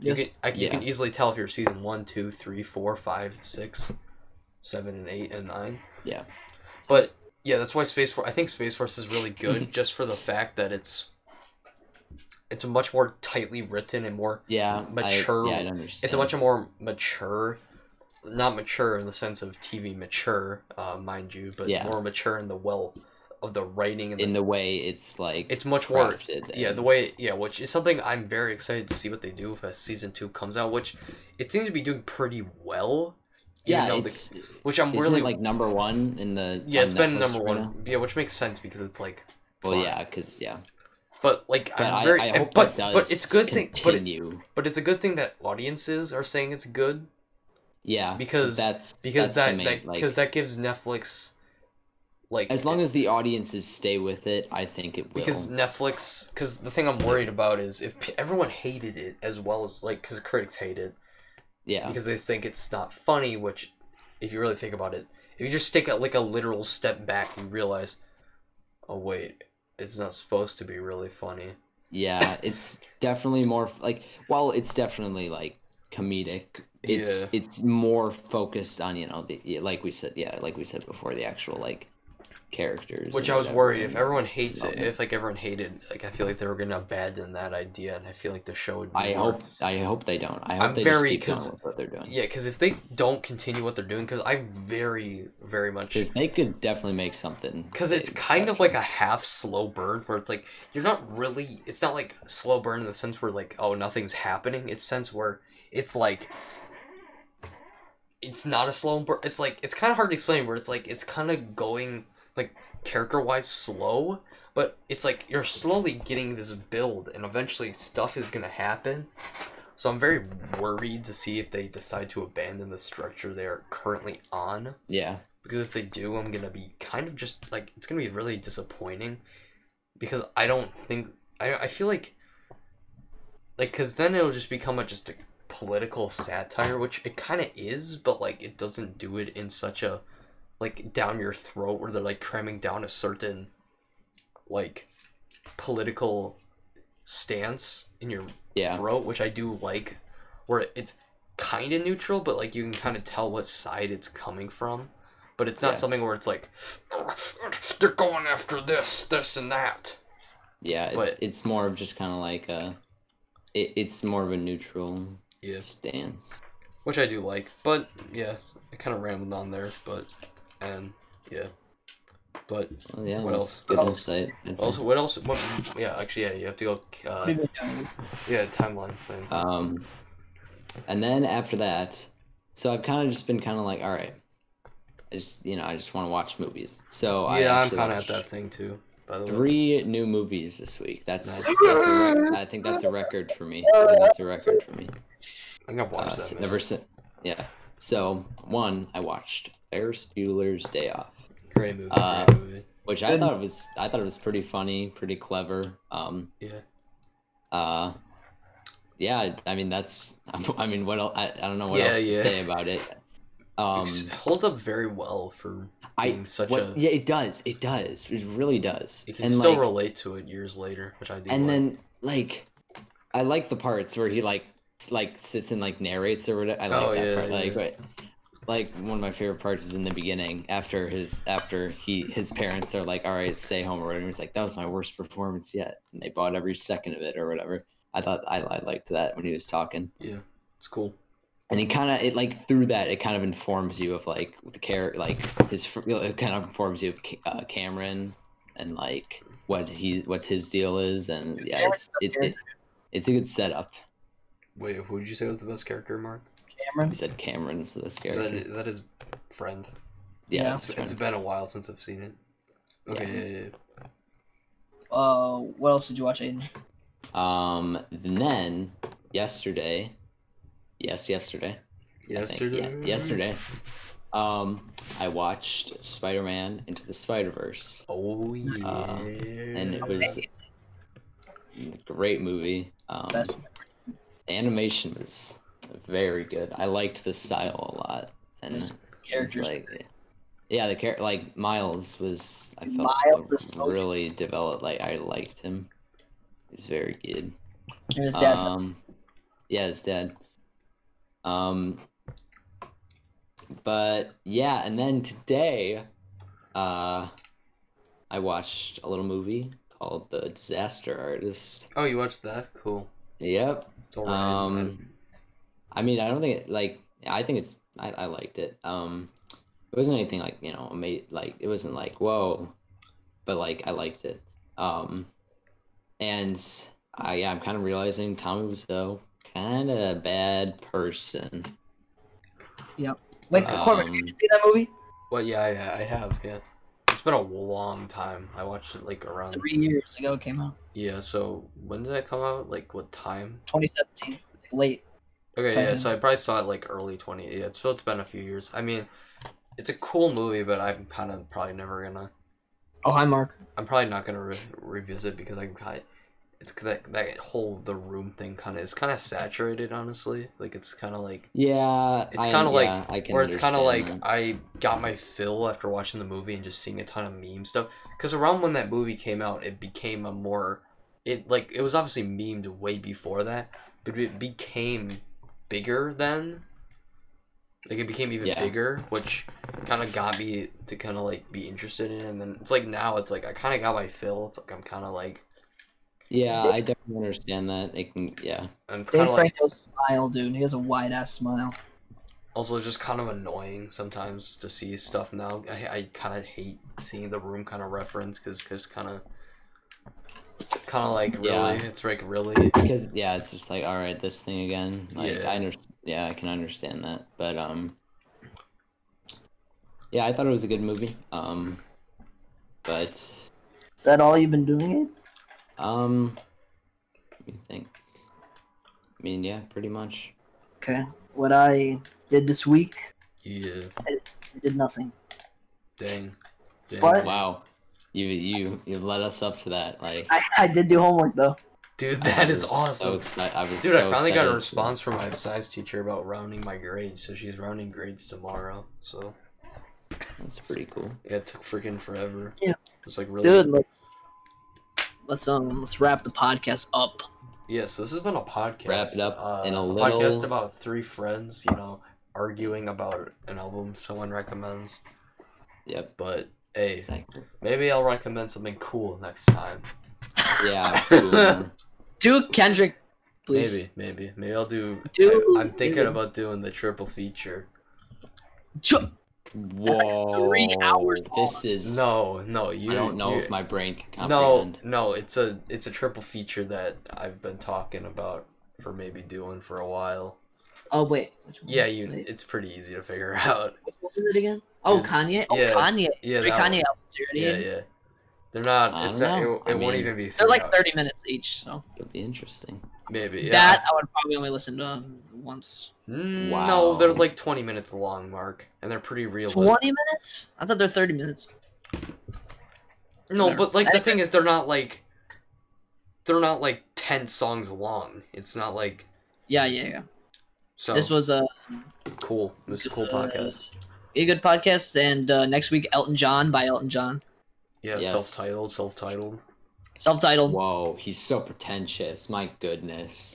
A: You
B: Yes.
A: can I, you can
C: Yeah.
A: easily tell if you're season one, two, three, four, five, six, seven, and eight and nine.
C: Yeah.
A: But yeah, that's why Space Force. I think Space Force is really good just for the fact that it's it's much more tightly written and more
C: Yeah.
A: mature-
C: I, yeah, I don't understand.
A: it's a much more mature not mature in the sense of tv mature uh, mind you but
C: Yeah.
A: more mature in the well of the writing and the,
C: in the way it's like
A: it's much more
C: crafted.
A: yeah the
C: and-
A: way yeah which is something i'm very excited to see what they do if a season two comes out which it seems to be doing pretty well even
C: Yeah.
A: though the-
C: It's
A: which i'm
C: isn't
A: really
C: it, like number one in the.
A: yeah
C: on
A: it's been
C: Netflix
A: number
C: right
A: one
C: now?
A: yeah which makes sense because it's like
C: Well,
A: fine.
C: yeah, because yeah,
A: but like
C: but
A: i'm
C: I,
A: very
C: I
A: and-
C: hope
A: but
C: it does.
A: but it's good thing but it,
C: continue.
A: but it's a good thing that audiences are saying it's good
C: yeah,
A: because-
C: that's
A: because
C: that's
A: that
C: the main,
A: that
C: like,
A: because that gives Netflix like
C: as long as the audiences stay with it, I think it will.
A: because Netflix because the thing I'm worried about is if p- everyone hated it as well as like because critics hate it
C: yeah,
A: because they think it's not funny which if you really think about it if you just take a, like a literal step back you realize oh wait it's not supposed to be really funny
C: yeah, it's definitely more f- like while it's definitely like comedic. It's
A: Yeah.
C: it's more focused on you know the yeah, like we said yeah like we said before the actual like characters.
A: which
C: and
A: I was
C: whatever,
A: worried if
C: and-
A: everyone hates it
C: Yeah.
A: if like everyone hated like I feel like they were gonna abandon that idea and I feel like the show would be
C: I
A: more-
C: hope I hope they don't. I hope
A: I'm
C: they
A: very-
C: just keep going
A: 'cause-
C: with what they're doing.
A: Yeah, because if they don't continue what they're doing, because I very, very much.
C: Because they could definitely make something.
A: Because it's
C: big,
A: kind of like a
C: actually.
A: half slow burn where it's like, you're not really. It's not like slow burn in the sense where, like, oh, nothing's happening. It's sense where it's like. It's not a slow burn. It's like. It's kind of hard to explain where it's like, it's kind of going, like, character wise slow, but it's like you're slowly getting this build and eventually stuff is going to happen. So I'm very worried to see if they decide to abandon the structure they are currently on
C: yeah.
A: because if they do, I'm gonna be kind of just like it's gonna be really disappointing because I don't think I I feel like like because then it'll just become a just a political satire, which it kind of is, but like it doesn't do it in such a like down your throat where they're like cramming down a certain like political stance in your
C: Yeah.
A: throat, which I do like, where it's kind of neutral, but like you can kind of tell what side it's coming from. But it's not
C: Yeah.
A: something where it's like they're going after this, this, and that.
C: Yeah, it's
A: But-
C: it's more of just kind of like a, it, it's more of a neutral
A: Yes,
C: stance.
A: which I do like. But yeah, I kind of rambled on there. But and yeah, but
C: Well, yeah,
A: What
C: that's
A: else?
C: Good
A: Else-
C: insight. That's it.
A: also what else? What, yeah, actually, yeah, you have to go. Uh,
B: Maybe I don't.
A: yeah, timeline thing.
C: Um, and then after that, so I've kind of just been kind of like, all right, I just you know I just want to watch movies. So Oh, I
A: yeah, I'm
C: actually
A: kind of at
C: watched
A: that thing too. By the way,
C: Three new movies this week. That's,
A: Nice.
C: that's a rec- I think that's a record for me. I think that's a record for me.
A: I think I've watched
C: Uh,
A: that.
C: s-
A: man.
C: ever since, yeah. So one, I watched Ferris Bueller's Day Off,
A: Great movie.
C: uh,
A: great movie.
C: which I
B: Good.
C: thought was I thought it was pretty funny, pretty clever. Um,
A: Yeah.
C: uh, yeah. I- I mean, that's I mean, what else, I I don't know what
A: Yeah,
C: else
A: yeah.
C: to say about it. Um,
A: It holds up very well for
C: I
A: being such
C: what,
A: a.
C: yeah, it does, it does, it really does.
A: You can
C: And,
A: still
C: like,
A: relate to it years later, which I do.
C: and
A: like.
C: then like i like the parts where he like s- like sits and like narrates or whatever i like
A: Oh,
C: that
A: yeah,
C: part
A: yeah.
C: like right like one of my favorite parts is in the beginning after his after he his parents are like all right stay home or whatever he's like that was my worst performance yet and they bought every second of it or whatever i thought i, I liked that when he was talking
A: it's cool.
C: and he kind of it like through that it kind of informs you of like the care like his fr- it kind of informs you of Ca- uh, cameron and like what he what his deal is and yeah it's it, it, it's a good setup
A: Wait, who did you say was the best character, Mark?
C: he
B: Cameron.
C: said cameron so this
A: Is that,
C: character
A: is that his friend?
C: yeah,
B: Yeah.
C: that's
A: It's, it's
C: right.
A: been a while since I've seen it. Okay. Yeah. yeah, yeah.
B: Uh, what else did you watch, Aiden?
C: Um, then yesterday, yes, yesterday, I think,
A: Yesterday.
C: yeah, yesterday, um, I watched Spider-Man Into the Spider-Verse.
A: Oh yeah.
C: Uh, and it was
B: Amazing.
C: a great movie. Um,
B: Best.
C: animation was very good. I liked the style a lot, and
B: Those
C: it was
B: characters.
C: like, yeah, the character like Miles was I felt
B: Miles is so-
C: really developed. Like I liked him. He's very good.
B: and his dad's
C: Um, yeah, his dad. Um, but yeah, and then today, uh, I watched a little movie called The Disaster Artist.
A: oh, you watched that? Cool.
C: Yep.
A: It's alright.
C: Um, I mean, I don't think it, like I think it's I, I liked it. Um, it wasn't anything like you know ama- like it wasn't like whoa, but like I liked it. Um, and I yeah I'm kind of realizing Tommy was though kind of a bad person.
B: Wait, Corbin,
C: um,
B: did you see that movie?
A: Well, yeah, yeah, I have. Yeah. It's been a long time. I watched it like around.
B: Three years ago it came out.
A: Yeah. So when did that come out? Like what time?
B: 2017. like, Late.
A: Okay, yeah, so I
B: 2000.
A: probably saw it like early 20. Yeah, so it's been a few years. I mean, it's a cool movie, but I'm kind of probably never gonna.
B: Oh, hi, Mark.
A: I'm probably not gonna re- revisit because I can kind. It's 'cause that that whole the room thing kind of is kind of saturated, honestly. Like it's kind of like
C: Yeah,
A: It's
C: I-
A: kinda like-
C: yeah, I can
A: where it's kind of like
C: understand that.
A: I got my fill after watching the movie and just seeing a ton of meme stuff. Because around when that movie came out, it became a more, it like it was obviously memed way before that, but it became bigger then. Like it became even
C: Yeah.
A: bigger, which kind of got me to kind of like be interested in. it. And then it's like now it's like I kind of got my fill. It's like I'm kind of like
C: yeah,
A: uh,
C: I definitely understand that. It can yeah.
A: I'm kind
B: Dave
A: of like
B: Franco's smile, dude. He has a wide ass smile.
A: also just kind of annoying sometimes to see stuff now. I, I kind of hate seeing the room kind of reference because just kind of kind of like really
C: Yeah.
A: it's like really
C: because yeah it's just like all right this thing again like
A: Yeah.
C: i under- yeah i can understand that but um yeah i thought it was a good movie um but
B: Is that all you've been doing? It?
C: um let me think i mean yeah pretty much
B: Okay. What I did this week,
A: yeah
B: I did nothing.
A: dang. dang.
B: But-
C: wow you you you led us up to that like
B: I, I did do homework though.
A: dude,
C: I
A: that is
C: was so
A: awesome.
C: exci- I was
A: Dude,
C: so
A: I finally got
C: excited
A: a
C: for
A: response from my science teacher about rounding my grades, so she's rounding grades tomorrow. So
C: that. that's pretty cool
A: yeah, it took freaking forever.
B: Yeah.
A: it's like really.
B: Dude, let's let's um let's wrap the podcast up.
A: Yes, this has been a podcast.
C: Wrap it up
A: uh,
C: in a
A: podcast
C: little-
A: about three friends, you know, arguing about an album someone recommends.
C: yep
A: But hey,
C: exactly
A: maybe I'll recommend something cool next time.
C: yeah cool, man.
B: Do Kendrick, please.
A: Maybe, maybe, maybe I'll do.
B: Do-
A: I, am thinking
B: do-
A: about doing the triple feature.
B: Ju-
C: whoa
B: three hours
C: this is
A: No, no, you
C: I don't know
A: you-
C: if my brain can
A: No,
C: comprehend.
A: no, it's a it's a triple feature that I've been talking about for maybe doing for a while.
B: Oh wait. Which one?
A: Yeah, you.
B: Wait,
A: It's pretty easy to figure out.
B: which one was it again? Oh,
A: Is-
B: Kanye. Oh,
A: yeah,
B: Kanye.
A: Yeah,
B: Three
A: that one.
B: Kanye albums. you already
A: Yeah,
B: in?
A: yeah. They're not.
C: I
A: it's
C: don't
A: not. It,
C: know.
A: it
C: I
A: won't
C: mean-
A: even be.
B: They're
A: three
B: like
A: hours.
B: thirty minutes each, so
C: It'll be interesting.
A: Maybe. Yeah.
B: that I would probably only listen to um, once.
A: Mm, No, they're
C: Wow.
A: like twenty minutes long, Mark, and they're pretty realistic.
B: Twenty minutes? I thought they're thirty minutes.
A: No,
B: They're-
A: but like the thing is, they're not like. They're not like ten songs long. It's not like
B: Yeah, yeah, yeah.
A: so.
B: This was a
A: cool. This is a cool
B: Uh,
A: podcast.
B: a good podcast, and uh, next week Elton John by Elton John,
A: Yeah,
C: yes.
A: self-titled, self-titled.
B: self-titled.
C: Whoa, he's so pretentious. My goodness.